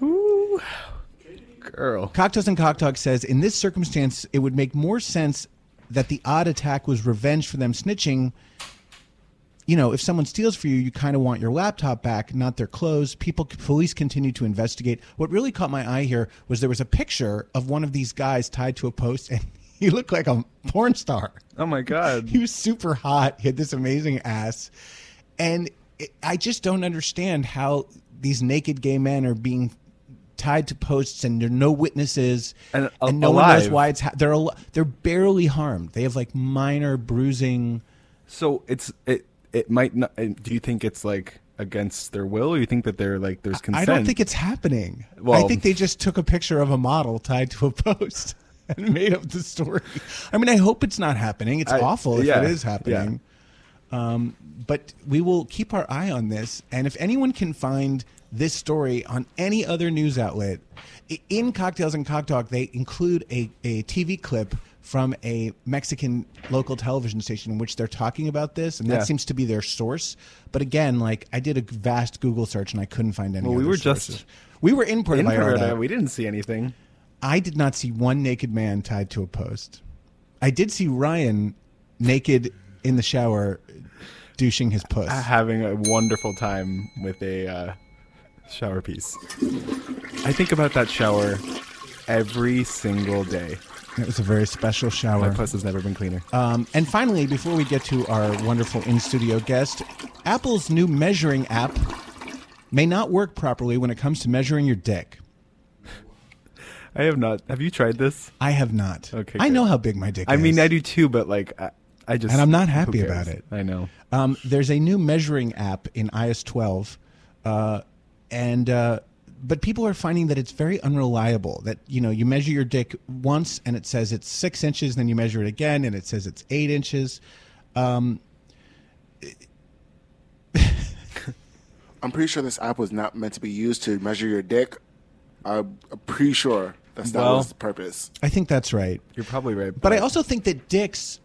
S10: Girl.
S3: Cocktails and Cocktalk says in this circumstance, it would make more sense that the odd attack was revenge for them snitching. You know, if someone steals for you, you kind of want your laptop back, not their clothes. People, police continue to investigate. What really caught my eye here was there was a picture of one of these guys tied to a post, and he looked like a porn star.
S10: Oh my god.
S3: He was super hot. He had this amazing ass, and it, I just don't understand how these naked gay men are being tied to posts, and there are no witnesses,
S10: And a-
S3: no one knows
S10: alive.
S3: why it's ha- they're al- they're barely harmed. They have like minor bruising.
S10: So it's it it might not. uh, Do you think it's like against their will, or you think that they're like there's consent?
S3: I don't think it's happening. I
S10: Well-
S3: think they just took a picture of a model tied to a post and made up the story. I mean, I hope it's not happening. It's
S10: I-
S3: awful if
S10: yeah,
S3: it is happening. Um, but we will keep our eye on this. And if anyone can find this story on any other news outlet, i- in Cocktails and Cock Talk, they include a, a TV clip from a Mexican local television station in which they're talking about this. And that
S10: Yeah.
S3: seems to be their source. But again, like I did a vast Google search and I couldn't find any.
S10: Well, we
S3: other
S10: were just
S3: sources. we were in Puerto
S10: In
S3: Vallarta.
S10: Florida, we didn't see anything.
S3: I did not see one naked man tied to a post. I did see Ryan naked in the shower, douching his puss.
S10: Having a wonderful time with a uh, shower piece. I think about that shower every single day.
S3: It was a very special
S10: My
S3: shower.
S10: puss has never been cleaner.
S3: Um, and finally, before we get to our wonderful in studio guest, Apple's new measuring app may not work properly when it comes to measuring your dick.
S10: I have not. Have you tried this?
S3: I have not.
S10: Okay.
S3: I
S10: good.
S3: know how big my dick
S10: I
S3: is.
S10: mean, I do too, but like, I, I just
S3: And I'm not
S10: who
S3: happy
S10: cares?
S3: about it.
S10: I know.
S3: Um, there's a new measuring app in iOS 12, uh, and uh, but people are finding that it's very unreliable. That you know, you measure your dick once and it says it's six inches, then you measure it again and it says it's eight inches. Um,
S11: I'm pretty sure this app was not meant to be used to measure your dick. I'm I'm pretty sure that's not
S10: Well-
S11: its purpose.
S3: I think that's right.
S10: You're probably right.
S3: But I also think that dicks,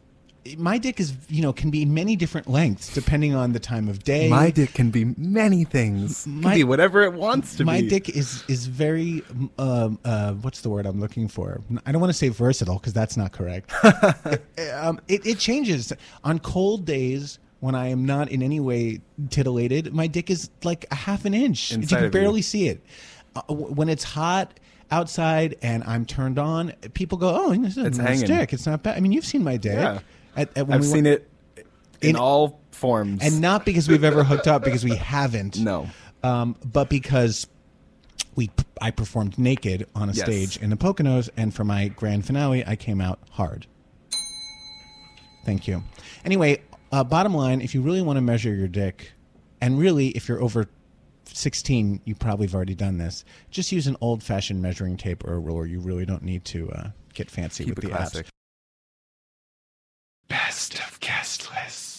S3: my dick is you know can be many different lengths depending on the time of day.
S10: my dick can be many things. It
S3: My-
S10: can be whatever it wants to
S3: my
S10: be.
S3: dick is is very um, uh, what's the word I'm looking for? I don't want to say versatile because that's not correct. um, it, it changes on cold days when I am not in any way titillated. My dick is like a half an inch.
S10: Inside
S3: you can
S10: of you.
S3: barely see it. Uh, w- when it's hot outside and I'm turned on, people go, "Oh, this is
S10: It's
S3: a nice
S10: hanging.
S3: dick. It's not bad." I mean, you've seen my dick.
S10: Yeah.
S3: At, at when we went-
S10: I've seen it in,
S3: in-
S10: all forms.
S3: and not because we've ever hooked up because we haven't
S10: No.
S3: um, but because we i performed naked on a
S10: Yes.
S3: stage in the poconos and for my grand finale i came out hard thank you anyway uh, bottom line if you really want to measure your dick and really if you're over 16 you probably have already done this just use an old-fashioned measuring tape or a ruler you really don't need to uh, get fancy
S10: Keep
S3: with
S10: it
S3: the apps
S10: classic.
S2: Best of guest lists.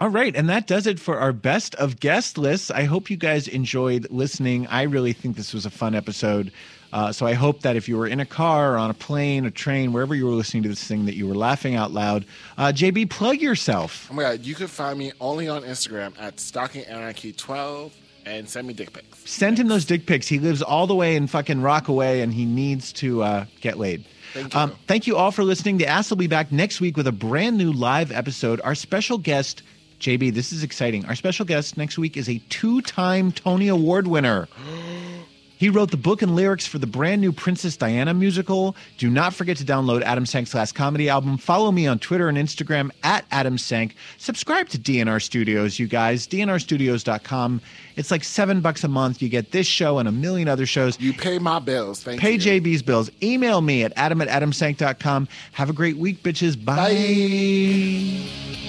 S2: All right, and that does it for our best of guest lists. I hope you guys enjoyed listening. I really think this was a fun episode. Uh, so I hope that if you were in a car or on a plane, a train, wherever you were listening to this thing, that you were laughing out loud. Uh, JB, plug yourself.
S11: Oh my god, you can find me only on Instagram at Stocking Anarchy 12 and send me dick pics.
S2: Send him those dick pics. He lives all the way in fucking Rockaway, and he needs to uh, get laid.
S11: Thank
S2: Um,
S11: you.
S2: thank you all for listening. The Ass will be back next week with a brand new live episode. Our special guest, JB, this is exciting. Our special guest next week is a two time Tony Award winner. He wrote the book and lyrics for the brand new Princess Diana musical. Do not forget to download Adam Sank's last comedy album. Follow me on Twitter and Instagram at Adam Sank. Subscribe to DNR Studios, you guys. DNRstudios.com. It's like seven bucks a month. You get this show and a million other shows.
S11: You pay my bills. Thank
S2: Pay
S11: you.
S2: JB's bills. Email me at adam at adamsank.com. Have a great week, bitches. Bye.
S11: Bye.